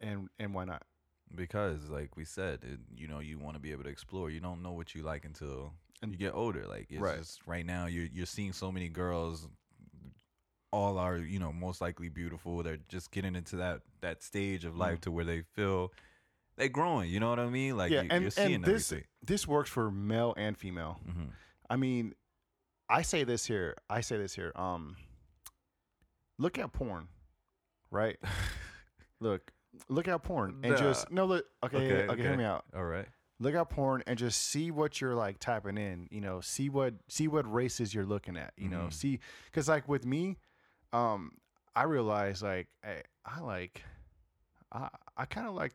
Speaker 2: and and why not?
Speaker 3: because like we said, it, you know, you want to be able to explore. You don't know what you like until
Speaker 2: And-
Speaker 3: you get older. Like it's
Speaker 2: Right.
Speaker 3: just right now, you're you're seeing so many girls. All are you know most likely beautiful. They're just getting into that that stage of
Speaker 2: Mm-hmm.
Speaker 3: life to where they feel they're growing. You know what I mean? Like you, you're seeing
Speaker 2: this
Speaker 3: everything.
Speaker 2: this works for male and female.
Speaker 3: Mhm.
Speaker 2: I mean, I say this here. I say this here. Um, look at porn, right? look, look at porn and
Speaker 3: Nah.
Speaker 2: just no look. Okay, okay,
Speaker 3: Okay,
Speaker 2: hear
Speaker 3: okay.
Speaker 2: me out.
Speaker 3: All right.
Speaker 2: Look at porn and just see what you're like typing in. You know, see what see what races you're looking at. You know,
Speaker 3: Mhm.
Speaker 2: see because like with me, um, I realized like I, I like, I I kind of like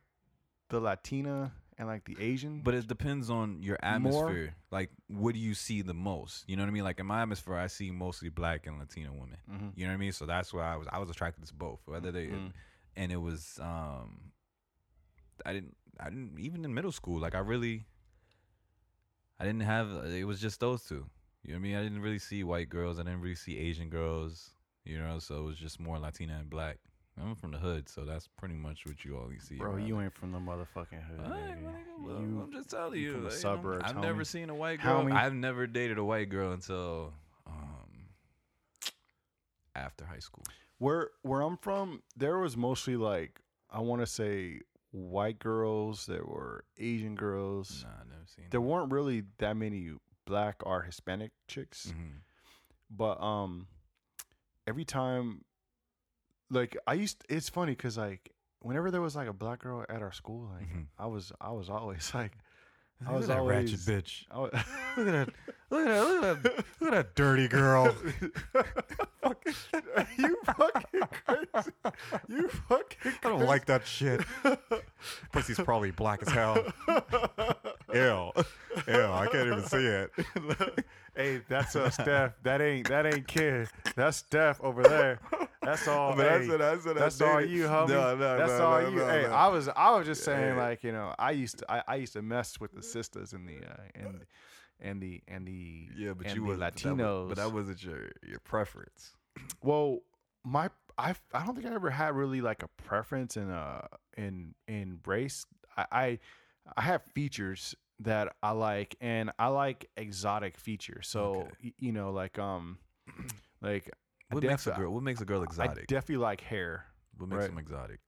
Speaker 2: the Latina and like the Asian.
Speaker 3: But it depends on your
Speaker 2: More-
Speaker 3: atmosphere. Like, what do you see the most? You know what I mean? Like in my atmosphere, I see mostly black and Latino women.
Speaker 2: Mhm.
Speaker 3: You know what I mean? So that's why I was I was attracted to both. Whether they
Speaker 2: Mm.
Speaker 3: and it was um, I didn't I didn't even in middle school. Like I really, I didn't have. It was just those two. You know what I mean? I didn't really see white girls. I didn't really see Asian girls. You know, so it was just more Latina and black. I'm from the hood, so that's pretty much what you always see.
Speaker 2: Bro,
Speaker 3: around
Speaker 2: you
Speaker 3: there.
Speaker 2: ain't from the motherfucking hood.
Speaker 3: All right,
Speaker 2: nigga.
Speaker 3: well, nigga, well,
Speaker 2: You-
Speaker 3: I'm just telling
Speaker 2: you
Speaker 3: you.
Speaker 2: from the
Speaker 3: like,
Speaker 2: suburbs,
Speaker 3: I've never
Speaker 2: homie.
Speaker 3: seen a white girl.
Speaker 2: Homie.
Speaker 3: I've never dated a white girl until um, after high school.
Speaker 2: where where I'm from, there was mostly like I want to say white girls. There were Asian girls.
Speaker 3: Nah, I've never seen.
Speaker 2: There weren't really that many black or Hispanic chicks,
Speaker 3: Mhm.
Speaker 2: but um, every time, like I used, it's funny because like whenever there was like a black girl at our school, like
Speaker 3: Mhm.
Speaker 2: I was I was always like
Speaker 3: Look
Speaker 2: I
Speaker 3: at
Speaker 2: was
Speaker 3: that
Speaker 2: always
Speaker 3: ratchet bitch.
Speaker 2: I was,
Speaker 3: Look at that. Look at that. Look at that. Look at that dirty girl.
Speaker 2: Fucking- you fucking crazy. You fucking
Speaker 3: I don't
Speaker 2: crazy.
Speaker 3: like that shit. Pussy's probably black as hell. Ew. Ew. I can't even see it.
Speaker 2: Uh, hey, that's uh Steph. That ain't that ain't kid. That's Steph over there. That's all.
Speaker 3: But that's
Speaker 2: hey,
Speaker 3: what I said I
Speaker 2: that's all
Speaker 3: dated.
Speaker 2: you, homie.
Speaker 3: No, no,
Speaker 2: that's
Speaker 3: no,
Speaker 2: all
Speaker 3: no,
Speaker 2: you.
Speaker 3: no,
Speaker 2: hey,
Speaker 3: no.
Speaker 2: I was I was just saying
Speaker 3: Yeah.
Speaker 2: like you know I used to I, I used to mess with the sisters and the uh, and and the and the
Speaker 3: Yeah, but
Speaker 2: and
Speaker 3: you
Speaker 2: the
Speaker 3: were
Speaker 2: Latinos.
Speaker 3: but that wasn't your your preference.
Speaker 2: Well, my I I don't think I ever had really like a preference in uh in in race. I I, I have features that I like, and I like exotic features. So
Speaker 3: Okay.
Speaker 2: y- you know, like um, like I
Speaker 3: What makes a
Speaker 2: defi-
Speaker 3: girl? What makes a girl
Speaker 2: I
Speaker 3: exotic?
Speaker 2: definitely like hair.
Speaker 3: What makes
Speaker 2: right.
Speaker 3: them exotic?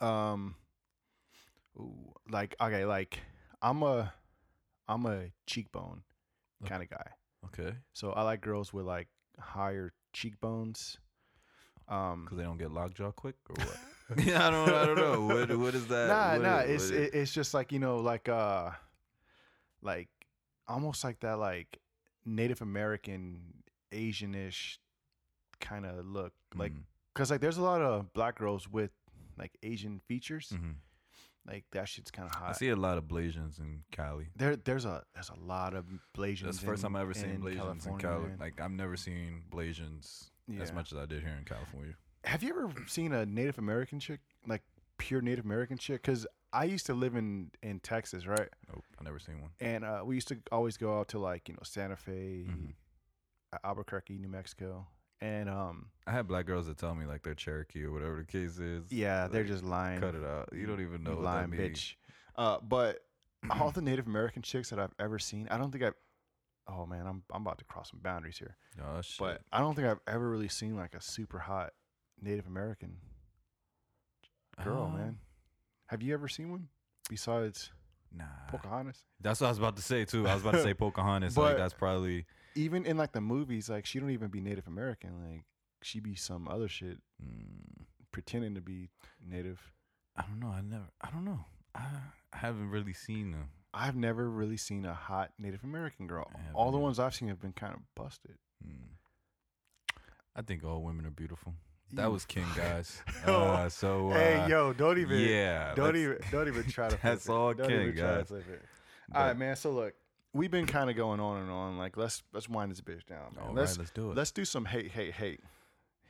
Speaker 2: Um, ooh, like okay, like I'm a I'm a cheekbone
Speaker 3: Okay.
Speaker 2: kind of guy.
Speaker 3: Okay,
Speaker 2: So I like girls with like higher cheekbones. Um,
Speaker 3: because they don't get lockjaw quick or what? Mm. yeah, I don't. I don't know. What What is that?
Speaker 2: nah,
Speaker 3: what
Speaker 2: nah.
Speaker 3: is-
Speaker 2: It's
Speaker 3: what is-
Speaker 2: it, it's just like you know, like uh, like almost like that like Native American Asianish kind of look like
Speaker 3: Mhm.
Speaker 2: because like there's a lot of black girls with like Asian features.
Speaker 3: Mhm.
Speaker 2: Like that shit's kind of
Speaker 3: I
Speaker 2: hot.
Speaker 3: see a lot of Blasians in Cali.
Speaker 2: There, there's a there's a lot of Blasians.
Speaker 3: That's the first time I ever seen Blasians in Cali.
Speaker 2: man.
Speaker 3: Like I've never seen Blasians as
Speaker 2: Yeah.
Speaker 3: much as I did here in California.
Speaker 2: Have you ever seen a Native American chick, like pure Native American chick? Because I used to live in in Texas, right?
Speaker 3: Nope, I never seen one.
Speaker 2: And uh, we used to always go out to like you know Santa Fe,
Speaker 3: Mhm.
Speaker 2: A- Albuquerque, New Mexico, and um
Speaker 3: I had black girls that tell me like they're Cherokee or whatever the case is.
Speaker 2: yeah, they're
Speaker 3: Like,
Speaker 2: just lying.
Speaker 3: cut it out. You don't even know what that
Speaker 2: lying
Speaker 3: means.
Speaker 2: bitch. Uh, but all the Native American chicks that I've ever seen, I don't think I've. Oh man, I'm I'm about to cross some boundaries here.
Speaker 3: Oh shit.
Speaker 2: But I don't think I've ever really seen like a super hot Native American girl,
Speaker 3: Um,
Speaker 2: man. Have you ever seen one besides
Speaker 3: Nah.
Speaker 2: Pocahontas?
Speaker 3: That's what I was about to say too. I was about to say Pocahontas. like
Speaker 2: But-
Speaker 3: that's probably
Speaker 2: Even in like the movies, like she don't even be Native American. Like she be some other shit
Speaker 3: mm,
Speaker 2: pretending to be Native.
Speaker 3: I don't know. I never I don't know. I, I haven't really seen them.
Speaker 2: I've never really seen a hot Native American girl.
Speaker 3: Yeah,
Speaker 2: All the
Speaker 3: man.
Speaker 2: ones I've seen have been kind of busted.
Speaker 3: Mm. I think all women are beautiful.
Speaker 2: You
Speaker 3: That was King,
Speaker 2: fuck.
Speaker 3: guys.
Speaker 2: Yo.
Speaker 3: Uh, so uh,
Speaker 2: yo, don't
Speaker 3: yeah,
Speaker 2: Don't
Speaker 3: let's-
Speaker 2: even don't even try to. flip
Speaker 3: That's
Speaker 2: it.
Speaker 3: all
Speaker 2: Don't
Speaker 3: King,
Speaker 2: even try to
Speaker 3: guys.
Speaker 2: flip it.
Speaker 3: but-
Speaker 2: All right, man. So look, we've been kind of going on and on. Like let's let's wind this bitch down. Man.
Speaker 3: All right,
Speaker 2: let's
Speaker 3: let's do it.
Speaker 2: let's do some hate, hate, hate,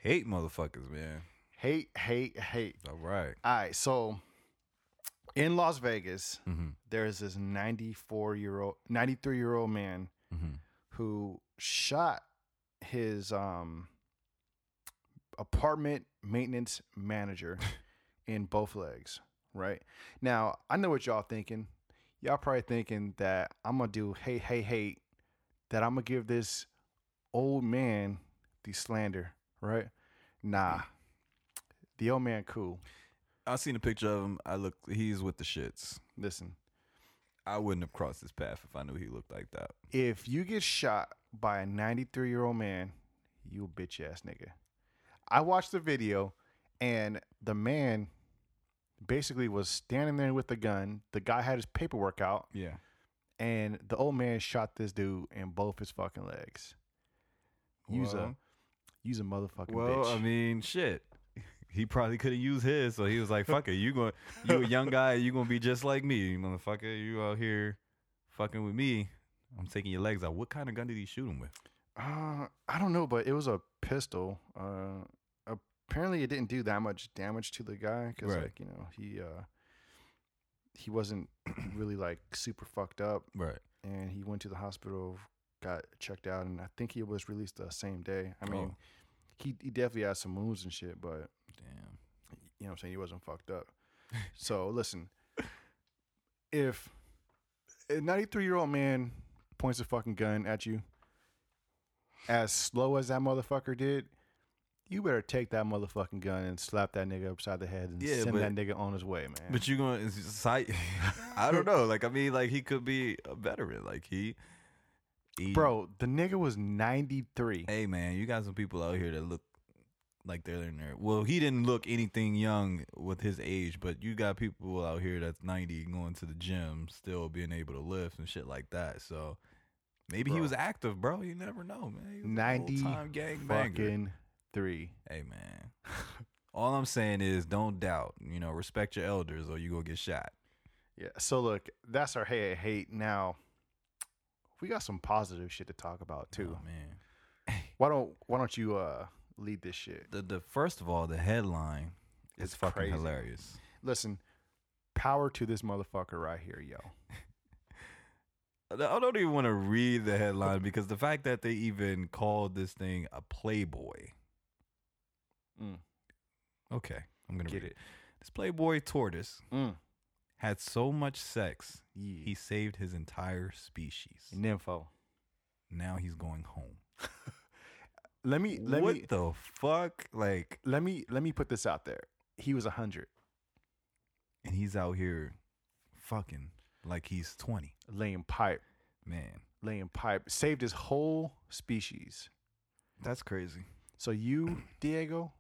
Speaker 3: hate motherfuckers, man.
Speaker 2: hate, hate, hate.
Speaker 3: All right.
Speaker 2: All right, so in Las Vegas,
Speaker 3: Mhm.
Speaker 2: there's this 94 year old, 93 year old man
Speaker 3: Mhm.
Speaker 2: who shot his um apartment maintenance manager in both legs. Right now, I know what y'all thinking. Y'all probably thinking that I'm gonna do hey hey hey, that I'm gonna give this old man the slander. Right? Nah, the old man cool.
Speaker 3: I seen a picture of him. I look. He's with the shits.
Speaker 2: Listen,
Speaker 3: I wouldn't have crossed his path if I knew he looked like that.
Speaker 2: if you get shot by a 93 year old man, you a bitch ass nigga. I watched the video, and the man basically was standing there with the gun. The guy had his paperwork out,
Speaker 3: Yeah.
Speaker 2: and the old man shot this dude in both his fucking legs. Use a
Speaker 3: Well-
Speaker 2: use a motherfucking
Speaker 3: Well,
Speaker 2: bitch.
Speaker 3: I mean, shit. He probably could have used his, so he was like, "Fuck it, you going, you a young guy, you gonna be just like me, motherfucker. You out here fucking with me. I'm taking your legs out. What kind of gun did he shoot him with?
Speaker 2: Uh, I don't know, but it was a pistol. Uh, apparently it didn't do that much damage to the guy because,
Speaker 3: Right.
Speaker 2: like, you know, he uh, he wasn't really like super fucked up,
Speaker 3: Right.
Speaker 2: and he went to the hospital, got checked out, and I think he was released the same day. I mean,
Speaker 3: Oh.
Speaker 2: he he definitely had some wounds and shit, but
Speaker 3: Damn.
Speaker 2: you know what I'm saying? He wasn't fucked up. so listen, if a 93 year old man points a fucking gun at you, as slow as that motherfucker did, you better take that motherfucking gun and slap that nigga upside the head and
Speaker 3: Yeah,
Speaker 2: send
Speaker 3: but-
Speaker 2: that nigga on his way, man.
Speaker 3: But you gonna it's just I, I don't know. Like I mean, like he could be a veteran. Like he, he-
Speaker 2: Bro, the nigga was 93.
Speaker 3: Hey man, you got some people out here that look like they're in there. Well, he didn't look anything young with his age, but you got people out here that's ninety going to the gym, still being able to lift and shit like that. So maybe he
Speaker 2: Bro.
Speaker 3: was active, bro. You never know, man. He was
Speaker 2: Ninety
Speaker 3: time gang banger.
Speaker 2: Fucking three.
Speaker 3: Hey man, all I'm saying is don't doubt. You know, respect your elders, or you gonna get shot.
Speaker 2: Yeah. So look, that's our hey I hate. Now, we got some positive shit to talk about too.
Speaker 3: Oh, man.
Speaker 2: Why don't Why don't you uh lead this shit?
Speaker 3: The the first of all, the headline is
Speaker 2: It's
Speaker 3: fucking
Speaker 2: crazy.
Speaker 3: hilarious.
Speaker 2: Listen, power to this motherfucker right here, yo.
Speaker 3: I don't even want to read the headline because the fact that they even called this thing a Playboy.
Speaker 2: Mm.
Speaker 3: Okay, I'm gonna
Speaker 2: Get
Speaker 3: read it. This Playboy tortoise
Speaker 2: Mm.
Speaker 3: had so much sex
Speaker 2: Yeah.
Speaker 3: he saved his entire species.
Speaker 2: nympho.
Speaker 3: Now he's going home.
Speaker 2: Let me let
Speaker 3: what
Speaker 2: me
Speaker 3: the fuck? Like,
Speaker 2: let me let me put this out there. He was a hundred.
Speaker 3: and he's out here fucking like he's 20.
Speaker 2: Laying pipe.
Speaker 3: Man,
Speaker 2: Laying pipe. Saved his whole species.
Speaker 3: that's crazy.
Speaker 2: So you, Diego,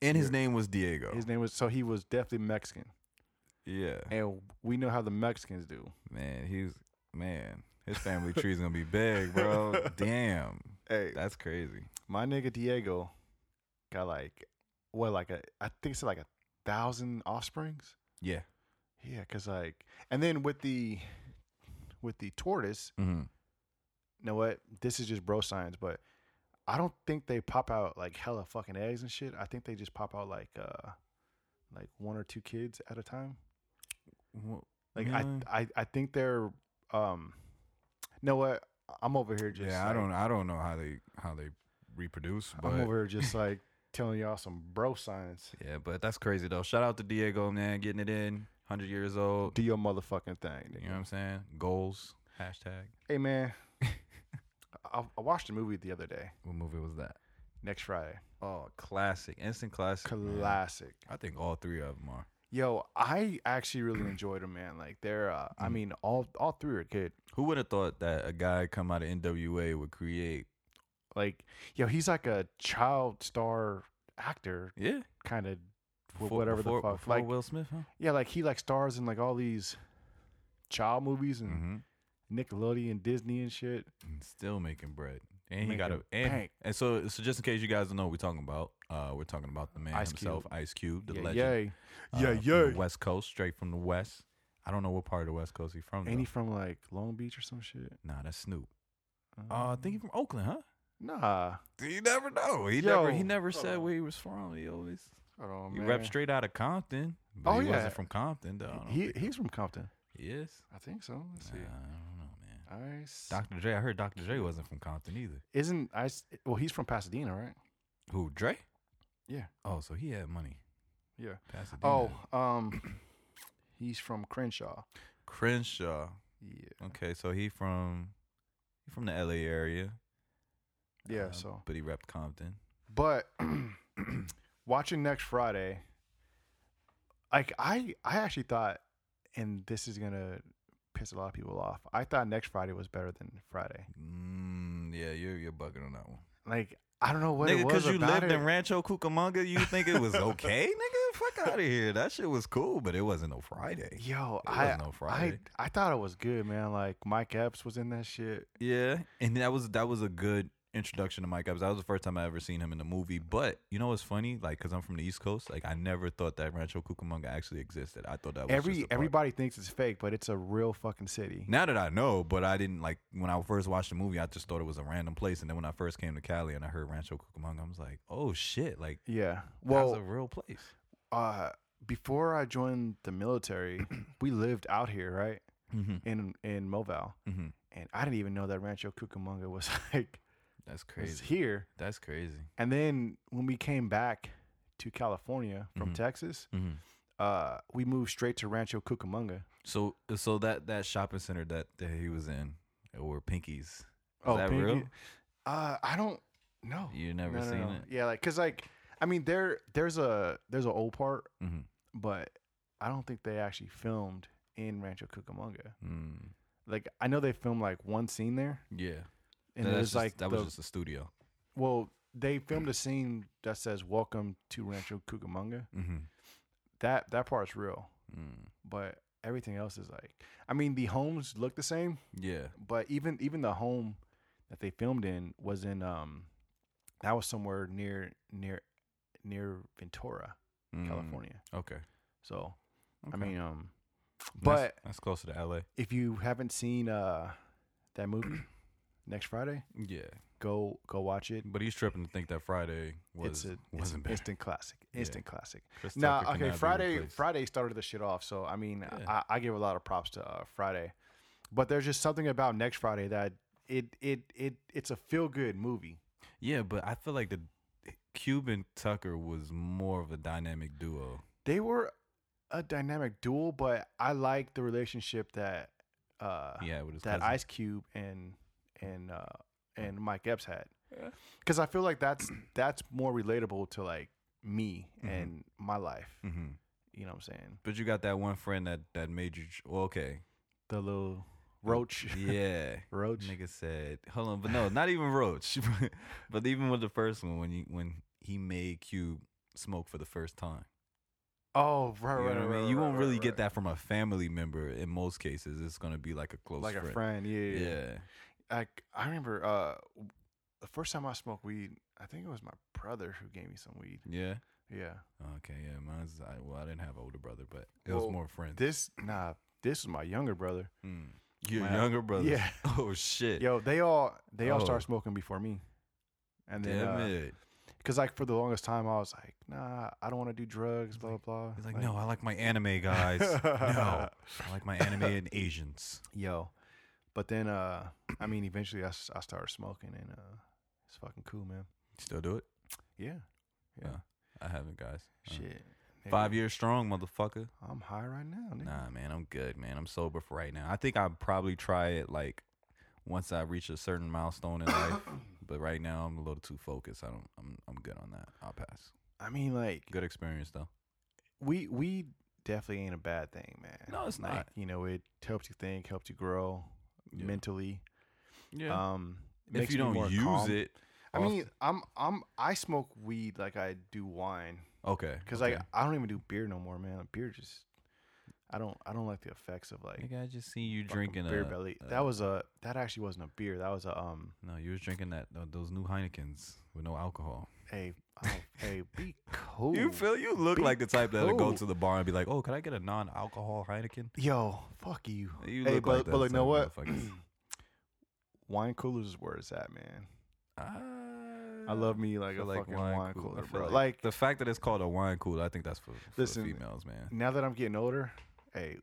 Speaker 3: And his
Speaker 2: Here.
Speaker 3: name was Diego.
Speaker 2: his name was so he was definitely Mexican.
Speaker 3: yeah,
Speaker 2: And we know how the Mexicans do.
Speaker 3: man, he was man. His family tree's gonna be big, bro. Damn,
Speaker 2: Hey.
Speaker 3: that's crazy.
Speaker 2: My nigga Diego got like what like a I think it's like a thousand offsprings.
Speaker 3: Yeah.
Speaker 2: Yeah, cause like and then with the with the tortoise,
Speaker 3: Mm-hmm.
Speaker 2: you know what? This is just bro science, but I don't think they pop out like hella fucking eggs and shit. I think they just pop out like uh like one or two kids at a time. Like
Speaker 3: Really?
Speaker 2: I, I I think they're um you know what? I'm over here just
Speaker 3: yeah, I
Speaker 2: like-
Speaker 3: don't I don't know how they how they reproduce, but
Speaker 2: I'm over here just like telling y'all some bro science.
Speaker 3: yeah, but that's crazy though. Shout out to Diego, man, getting it in. Hundred years old.
Speaker 2: Do your motherfucking thing.
Speaker 3: You
Speaker 2: nigga.
Speaker 3: know what I'm saying? Goals. Hashtag.
Speaker 2: Hey man, I, I watched a movie the other day.
Speaker 3: What movie was that?
Speaker 2: Next Friday,
Speaker 3: Oh, classic, instant classic. man.
Speaker 2: classic.
Speaker 3: I think all three of them are.
Speaker 2: Yo, I actually really enjoyed them, man. Like they're, uh, I
Speaker 3: Mhm.
Speaker 2: mean, all all three are good.
Speaker 3: Who would have thought that a guy come out of NWA would create?
Speaker 2: Like, yo, he's like a child star actor,
Speaker 3: Yeah,
Speaker 2: kind of,
Speaker 3: Before-
Speaker 2: whatever
Speaker 3: before,
Speaker 2: the fuck.
Speaker 3: Before
Speaker 2: like,
Speaker 3: Will Smith, huh?
Speaker 2: yeah, like he like stars in like all these child movies and
Speaker 3: Mm-hmm.
Speaker 2: Nickelodeon, Disney and shit.
Speaker 3: And still making bread, and he
Speaker 2: Making
Speaker 3: got a and,
Speaker 2: bank.
Speaker 3: and so so just in case you guys don't know, what we're talking about. Uh, we're talking about the man
Speaker 2: Ice
Speaker 3: himself, Ice Cube, the
Speaker 2: yeah,
Speaker 3: legend.
Speaker 2: yay,
Speaker 3: uh,
Speaker 2: yeah,
Speaker 3: from
Speaker 2: yeah.
Speaker 3: the West Coast, straight from the West. I don't know what part of the West Coast he's from.
Speaker 2: Ain't
Speaker 3: though.
Speaker 2: he from like Long Beach or some shit? Um,
Speaker 3: nah, that's Snoop. Uh, I think he from Oakland, huh?
Speaker 2: nah.
Speaker 3: You never know. He
Speaker 2: Yo.
Speaker 3: never he never
Speaker 2: Hold
Speaker 3: said
Speaker 2: on.
Speaker 3: where he was from. He always
Speaker 2: Hold on,
Speaker 3: he
Speaker 2: man.
Speaker 3: Oh, rep straight out of Compton. But
Speaker 2: Oh,
Speaker 3: he
Speaker 2: yeah.
Speaker 3: wasn't from Compton. Though. I don't
Speaker 2: He
Speaker 3: think
Speaker 2: he's from Compton.
Speaker 3: he is.
Speaker 2: I think so. Let's
Speaker 3: Nah, I don't know, man.
Speaker 2: see. Ice.
Speaker 3: Dr. Dre. I heard Dr. Dre wasn't from Compton either.
Speaker 2: Isn't Ice? Well, he's from Pasadena, right?
Speaker 3: Who Dre?
Speaker 2: Yeah.
Speaker 3: Oh, so he had money.
Speaker 2: Yeah.
Speaker 3: Pasadena.
Speaker 2: Oh, um, he's from Crenshaw.
Speaker 3: Crenshaw.
Speaker 2: Yeah.
Speaker 3: Okay, so he from he from the LA area.
Speaker 2: Yeah.
Speaker 3: uh,
Speaker 2: so,
Speaker 3: but he repped Compton.
Speaker 2: but watching next Friday, like I, I actually thought, and this is gonna piss a lot of people off. I thought next Friday was better than Friday.
Speaker 3: Mm, yeah, you're you're bugging on that one.
Speaker 2: Like I don't know what it
Speaker 3: nigga,
Speaker 2: was
Speaker 3: you
Speaker 2: about
Speaker 3: lived
Speaker 2: it.
Speaker 3: in Rancho Cucamonga, you think it was okay, nigga? Fuck out of here. That shit was cool, but it wasn't no Friday.
Speaker 2: Yo,
Speaker 3: It
Speaker 2: I,
Speaker 3: wasn't no Friday.
Speaker 2: I, I thought it was good, man. Like Mike Epps was in that shit.
Speaker 3: Yeah, and that was that was a good introduction to Mike Epps. That was the first time I ever seen him in a movie. But you know what's funny? Like, cause I'm from the East Coast. Like, I never thought that Rancho Cucamonga actually existed. I thought that was just
Speaker 2: Every
Speaker 3: a part-
Speaker 2: everybody thinks it's fake, but it's a real fucking city.
Speaker 3: Now that I know, but I didn't like when I first watched the movie. I just thought it was a random place, and then when I first came to Cali and I heard Rancho Cucamonga, I was like, "Oh shit! Like,
Speaker 2: Yeah.
Speaker 3: that's a
Speaker 2: Well,
Speaker 3: real place."
Speaker 2: uh, before I joined the military, we lived out here, right
Speaker 3: hmm
Speaker 2: in in Moval,
Speaker 3: hmm
Speaker 2: and I didn't even know that Rancho Cucamonga was like
Speaker 3: That's
Speaker 2: was
Speaker 3: crazy.
Speaker 2: here.
Speaker 3: That's crazy.
Speaker 2: And then when we came back to California from
Speaker 3: Mhm.
Speaker 2: Texas,
Speaker 3: hmm
Speaker 2: uh, we moved straight to Rancho Cucamonga.
Speaker 3: So, so that that shopping center that, that he was in, or Pinkies,
Speaker 2: Oh,
Speaker 3: that
Speaker 2: Pinky-
Speaker 3: real?
Speaker 2: Uh, I don't know.
Speaker 3: you never
Speaker 2: No, no,
Speaker 3: seen
Speaker 2: no. Yeah, like because like I mean there there's a there's an old part,
Speaker 3: it. hmm
Speaker 2: but I don't think they actually filmed in Rancho Cucamonga.
Speaker 3: Mm,
Speaker 2: Like I know they filmed like one scene there,
Speaker 3: yeah,
Speaker 2: and
Speaker 3: That's
Speaker 2: it was
Speaker 3: just-
Speaker 2: like
Speaker 3: that
Speaker 2: the,
Speaker 3: was just a studio.
Speaker 2: well they filmed a scene that says "Welcome to Rancho Cucamonga."
Speaker 3: Mm-hmm.
Speaker 2: That that part's real,
Speaker 3: Mm.
Speaker 2: but everything else is like I mean the homes look the same,
Speaker 3: Yeah,
Speaker 2: but even even the home that they filmed in was in um that was somewhere near near near Ventura,
Speaker 3: Mm.
Speaker 2: California.
Speaker 3: Okay,
Speaker 2: So I
Speaker 3: Okay.
Speaker 2: mean, um,
Speaker 3: That's-
Speaker 2: but
Speaker 3: that's closer to L.A.
Speaker 2: if you haven't seen uh that movie next Friday,
Speaker 3: Yeah,
Speaker 2: go go watch it.
Speaker 3: but he's tripping to think that Friday was
Speaker 2: it's a it's
Speaker 3: wasn't
Speaker 2: an
Speaker 3: bad.
Speaker 2: instant classic.
Speaker 3: Yeah.
Speaker 2: Instant classic.
Speaker 3: Chris
Speaker 2: Now,
Speaker 3: Tucker
Speaker 2: okay,
Speaker 3: cannot be
Speaker 2: Friday
Speaker 3: replaced.
Speaker 2: Friday started the shit off. So I mean,
Speaker 3: Yeah.
Speaker 2: I, I give a lot of props to uh, Friday, but there's just something about next Friday that it it it it's a feel good movie.
Speaker 3: Yeah, but I feel like the Cuban Tucker was more of a dynamic duo.
Speaker 2: They were a dynamic duel, but I like the relationship that uh
Speaker 3: Yeah, with his
Speaker 2: that
Speaker 3: cousin.
Speaker 2: Ice Cube and and uh, and Mike Epps had,
Speaker 3: Yeah.
Speaker 2: because I feel like that's that's more relatable to like me
Speaker 3: Mhm.
Speaker 2: and my life.
Speaker 3: hmm
Speaker 2: You know what I'm saying?
Speaker 3: But you got that one friend that that made you. Well, okay,
Speaker 2: The little roach,
Speaker 3: yeah.
Speaker 2: roach.
Speaker 3: Nigga said, "Hold on, but no, not even Roach, but even with the first one when you when he made Cube smoke for the first time,
Speaker 2: Oh,
Speaker 3: you,
Speaker 2: right, right,
Speaker 3: know
Speaker 2: right,
Speaker 3: what I mean?
Speaker 2: right,
Speaker 3: you
Speaker 2: right,
Speaker 3: won't
Speaker 2: right,
Speaker 3: really
Speaker 2: right.
Speaker 3: get that from a family member. In most cases, it's gonna be like a close,
Speaker 2: Like
Speaker 3: friend.
Speaker 2: a friend, yeah, yeah, yeah.
Speaker 3: yeah.
Speaker 2: Like I remember, uh, the first time I smoked weed, I think it was my brother who gave me some weed.
Speaker 3: Yeah.
Speaker 2: Yeah.
Speaker 3: Okay. Yeah. Mine's. I, well, I didn't have an older brother, but it was
Speaker 2: Well,
Speaker 3: more friends.
Speaker 2: This nah, this was my younger brother.
Speaker 3: Mm. Your
Speaker 1: My-
Speaker 3: younger brother.
Speaker 2: Yeah.
Speaker 3: Oh shit.
Speaker 2: Yo, they all they all
Speaker 3: Oh.
Speaker 2: started smoking before me. And then
Speaker 3: Damn
Speaker 2: uh,
Speaker 3: it.
Speaker 2: Cause like for the longest time I was like, nah, I don't want to do drugs, blah blah blah.
Speaker 3: He's like, no, I like my anime guys. no, I like my anime and Asians.
Speaker 2: yo. But then, uh, I mean, eventually I, s- I started smoking, and uh, it's fucking cool, man.
Speaker 3: Still do it?
Speaker 2: Yeah, yeah.
Speaker 3: Uh, I haven't, guys. Uh,
Speaker 2: Shit,
Speaker 3: Five
Speaker 2: nigga,
Speaker 3: years strong, motherfucker.
Speaker 2: I'm high right now. Nigga.
Speaker 3: Nah, man, I'm good, man. I'm sober for right now. I think I'll probably try it like once I reach a certain milestone in life. but right now, I'm a little too focused. I don't. I'm. I'm good on that. I'll pass.
Speaker 2: I mean, like
Speaker 3: Good experience though.
Speaker 2: we we definitely ain't a bad thing, man.
Speaker 3: No, it's
Speaker 2: Like,
Speaker 3: not.
Speaker 2: You know, it helps you think, helps you grow
Speaker 3: Yeah.
Speaker 2: mentally.
Speaker 3: Yeah.
Speaker 2: Um,
Speaker 3: if
Speaker 2: makes
Speaker 3: you
Speaker 2: me
Speaker 3: don't
Speaker 2: more
Speaker 3: use
Speaker 2: calm.
Speaker 3: it,
Speaker 2: I
Speaker 3: off-
Speaker 2: mean, I'm I'm I smoke weed like I do wine.
Speaker 3: okay.
Speaker 2: Cause
Speaker 3: okay.
Speaker 2: like I don't even do beer no more, man. Beer just I don't I don't like the effects of like
Speaker 3: Nigga, I just seen you
Speaker 2: fucking
Speaker 3: drinking uh,
Speaker 2: beer
Speaker 3: a-
Speaker 2: belly.
Speaker 3: a-
Speaker 2: that was a that actually wasn't a beer. That was a um.
Speaker 3: No, you was drinking that tho- those new Heinekens with no alcohol.
Speaker 2: Hey, oh, hey, be cool.
Speaker 3: You feel you look like the type that'll go
Speaker 2: cool.
Speaker 3: to the bar and be like, "Oh, can I get a non-alcohol Heineken?"
Speaker 2: Yo, fuck you.
Speaker 3: You
Speaker 2: hey,
Speaker 3: look
Speaker 2: but
Speaker 3: like
Speaker 2: but
Speaker 3: those
Speaker 2: like, know what?
Speaker 3: type of motherfuckers.
Speaker 2: wine coolers is where it's at, man. I
Speaker 3: Ah, I
Speaker 2: love me like a
Speaker 3: feel like
Speaker 2: fucking wine,
Speaker 3: cool-
Speaker 2: cooler,
Speaker 3: I feel
Speaker 2: bro. Like,
Speaker 3: Like, the fact that it's called a wine cooler, I think that's for, for
Speaker 2: Listen.
Speaker 3: females, man.
Speaker 2: now that I'm getting older, hey,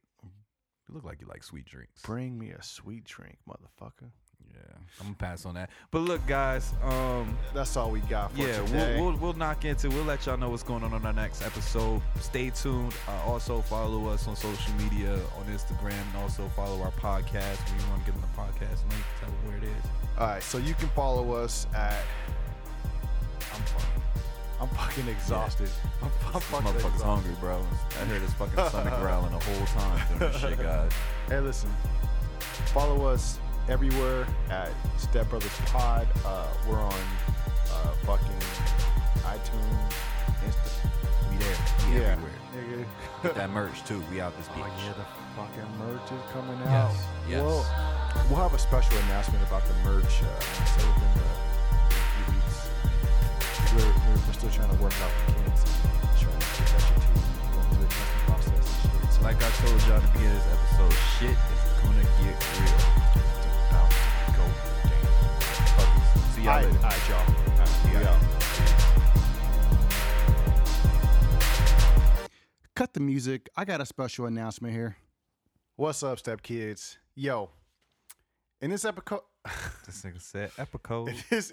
Speaker 3: You look like you like sweet drinks.
Speaker 2: bring me a sweet drink, motherfucker.
Speaker 3: Yeah, I'm gonna pass on that. But look, guys, um,
Speaker 2: That's all we got for
Speaker 3: yeah,
Speaker 2: today.
Speaker 3: we'll, we'll we'll knock into. We'll let y'all know what's going on on our next episode. Stay tuned. Uh, also follow us on social media on Instagram, and also follow our podcast. When you want to get on the podcast link, tell them where it is.
Speaker 2: all right, so you can follow us at.
Speaker 3: I'm fucking,
Speaker 2: I'm fucking exhausted. I'm, I'm
Speaker 3: this
Speaker 2: fucking
Speaker 3: motherfucker's
Speaker 2: exhausted.
Speaker 3: hungry, bro. I heard his fucking stomach growling the whole time doing this shit, guys.
Speaker 2: Hey, listen, follow us everywhere at Step Brothers Pod. Uh, we're on uh, fucking iTunes, Insta.
Speaker 3: We there. We everywhere.
Speaker 2: nigga.
Speaker 3: Get that merch too. We out this
Speaker 2: Oh,
Speaker 3: bitch.
Speaker 2: yeah, the fucking merch is coming out.
Speaker 3: Yes, yes.
Speaker 2: We'll, we'll have a special announcement about the merch uh, so within the in a few weeks. We're, we're, we're still trying to work out the kinks and trying to get that shit to you, going through the testing process and shit. So
Speaker 3: Like I told y'all at the beginning of this episode, shit is gonna get real.
Speaker 2: it's about to go down.
Speaker 3: Fuckers. See y'all
Speaker 2: All
Speaker 3: later.
Speaker 2: right, all right, y'all. All right, we out.
Speaker 7: Cut the music. I got a special announcement here.
Speaker 2: What's up, step kids? Yo, in this episode,
Speaker 3: This nigga said epico.
Speaker 2: in this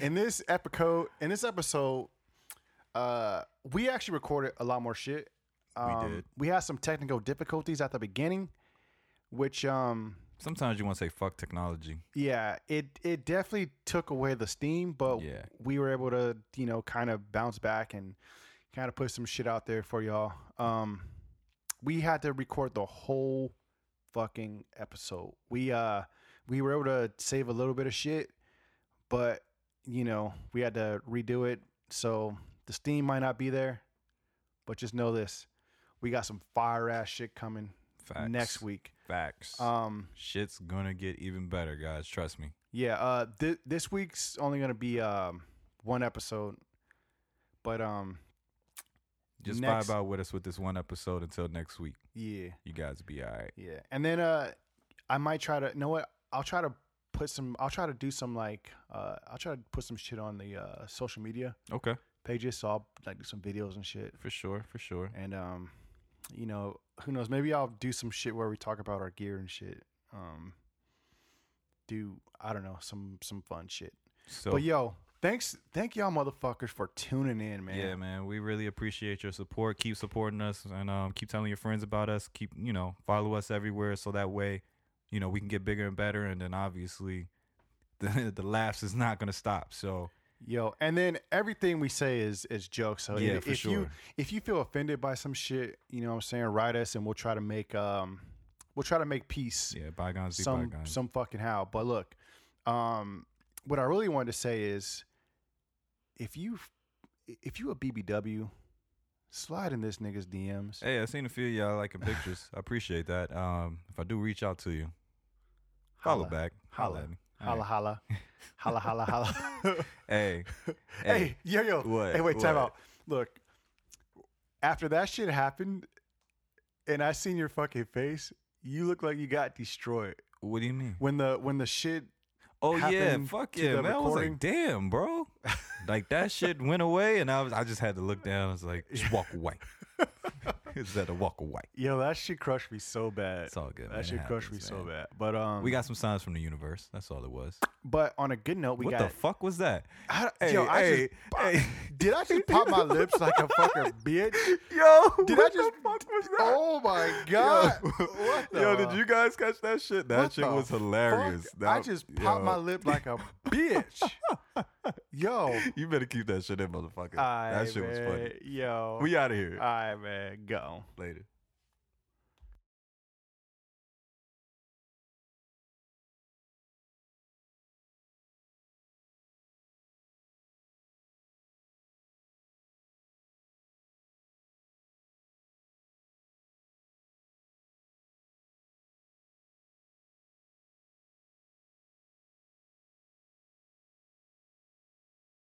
Speaker 2: in this episode, in this episode, uh, we actually recorded a lot more shit. Um,
Speaker 3: did.
Speaker 2: We had some technical difficulties at the beginning, which um,
Speaker 3: Sometimes you want to say fuck technology.
Speaker 2: yeah, it it definitely took away the steam, but
Speaker 3: Yeah.
Speaker 2: we were able to you know kind of bounce back and kind of put some shit out there for y'all. Um, we had to record the whole fucking episode. We uh we were able to save a little bit of shit, but you know we had to redo it, so the steam might not be there. But just know this, we got some fire ass shit coming
Speaker 3: Facts.
Speaker 2: next week.
Speaker 3: Facts.
Speaker 2: Um.
Speaker 3: Shit's gonna get even better, guys. Trust me.
Speaker 2: Yeah, uh th- this week's only going to be um one episode. But um
Speaker 3: Just
Speaker 2: Next-
Speaker 3: vibe out with us with this one episode until next week.
Speaker 2: yeah,
Speaker 3: You guys be all right.
Speaker 2: yeah. And then uh I might try to you know what? I'll try to put some I'll try to do some like uh I'll try to put some shit on the uh social media
Speaker 3: Okay,
Speaker 2: pages so I'll like do some videos and shit.
Speaker 3: for sure, for sure.
Speaker 2: And um you know, who knows, maybe I'll do some shit where we talk about our gear and shit. Um do I don't know, some some fun shit.
Speaker 3: So
Speaker 2: But yo, thanks thank y'all motherfuckers for tuning in, man.
Speaker 3: yeah, man, we really appreciate your support. Keep supporting us, and um, keep telling your friends about us. Keep you know follow us everywhere, so that way, you know we can get bigger and better. And then obviously, the the laughs is not gonna stop. So
Speaker 2: Yo, and then everything we say is is jokes. So
Speaker 3: Yeah,
Speaker 2: Oh, if,
Speaker 3: for
Speaker 2: if you
Speaker 3: sure.
Speaker 2: if you feel offended by some shit, you know what I'm saying, write us and we'll try to make um we'll try to make peace
Speaker 3: yeah, bygones be
Speaker 2: some
Speaker 3: bygones.
Speaker 2: some fucking how. But look, um what I really wanted to say is if you if you a BBW, slide in this nigga's DMs.
Speaker 3: Hey, I seen a few of y'all liking pictures. I appreciate that. Um, if I do reach out to you, follow
Speaker 2: Holla.
Speaker 3: back. Holla.
Speaker 2: Holla.
Speaker 3: at me.
Speaker 2: Holla, holla, holla, holla, holla.
Speaker 3: Hey,
Speaker 2: hey, yo, yo.
Speaker 3: what,
Speaker 2: Hey, wait, time
Speaker 3: what?
Speaker 2: out. Look, after that shit happened, and I seen your fucking face, you look like you got destroyed
Speaker 3: what do you mean?
Speaker 2: when the when the shit.
Speaker 3: Oh yeah,
Speaker 2: happened
Speaker 3: fuck
Speaker 2: to
Speaker 3: yeah,
Speaker 2: the
Speaker 3: man. I was
Speaker 2: recording.
Speaker 3: like, damn, bro. like that shit went away, and I was, I just had to look down. I was like, just walk away. just had to walk away.
Speaker 2: Yo, that shit crushed me so bad.
Speaker 3: It's all good. man.
Speaker 2: that
Speaker 3: It
Speaker 2: shit crushed me
Speaker 3: happens,
Speaker 2: so
Speaker 3: man.
Speaker 2: bad. But um,
Speaker 3: We got some signs from the universe. That's all it was.
Speaker 2: But on a good note, we
Speaker 3: what
Speaker 2: got.
Speaker 3: the fuck was that?
Speaker 2: I,
Speaker 3: Hey,
Speaker 2: yo, I
Speaker 3: hey,
Speaker 2: just, pop-
Speaker 3: hey.
Speaker 2: did I just pop my lips like a fucking bitch?
Speaker 3: Yo,
Speaker 2: Did I just? Oh my god! what the?
Speaker 3: Yo, did you guys catch that shit? That
Speaker 2: What
Speaker 3: shit
Speaker 2: the
Speaker 3: was
Speaker 2: fuck?
Speaker 3: hilarious.
Speaker 2: Fuck, I
Speaker 3: That-
Speaker 2: just popped
Speaker 3: yo,
Speaker 2: my lip like a bitch. Yo,
Speaker 3: You better keep that shit in, motherfucker.
Speaker 2: Aight,
Speaker 3: that shit was
Speaker 2: man.
Speaker 3: funny.
Speaker 2: Yo,
Speaker 3: We out of here
Speaker 2: all right, man, go.
Speaker 3: later.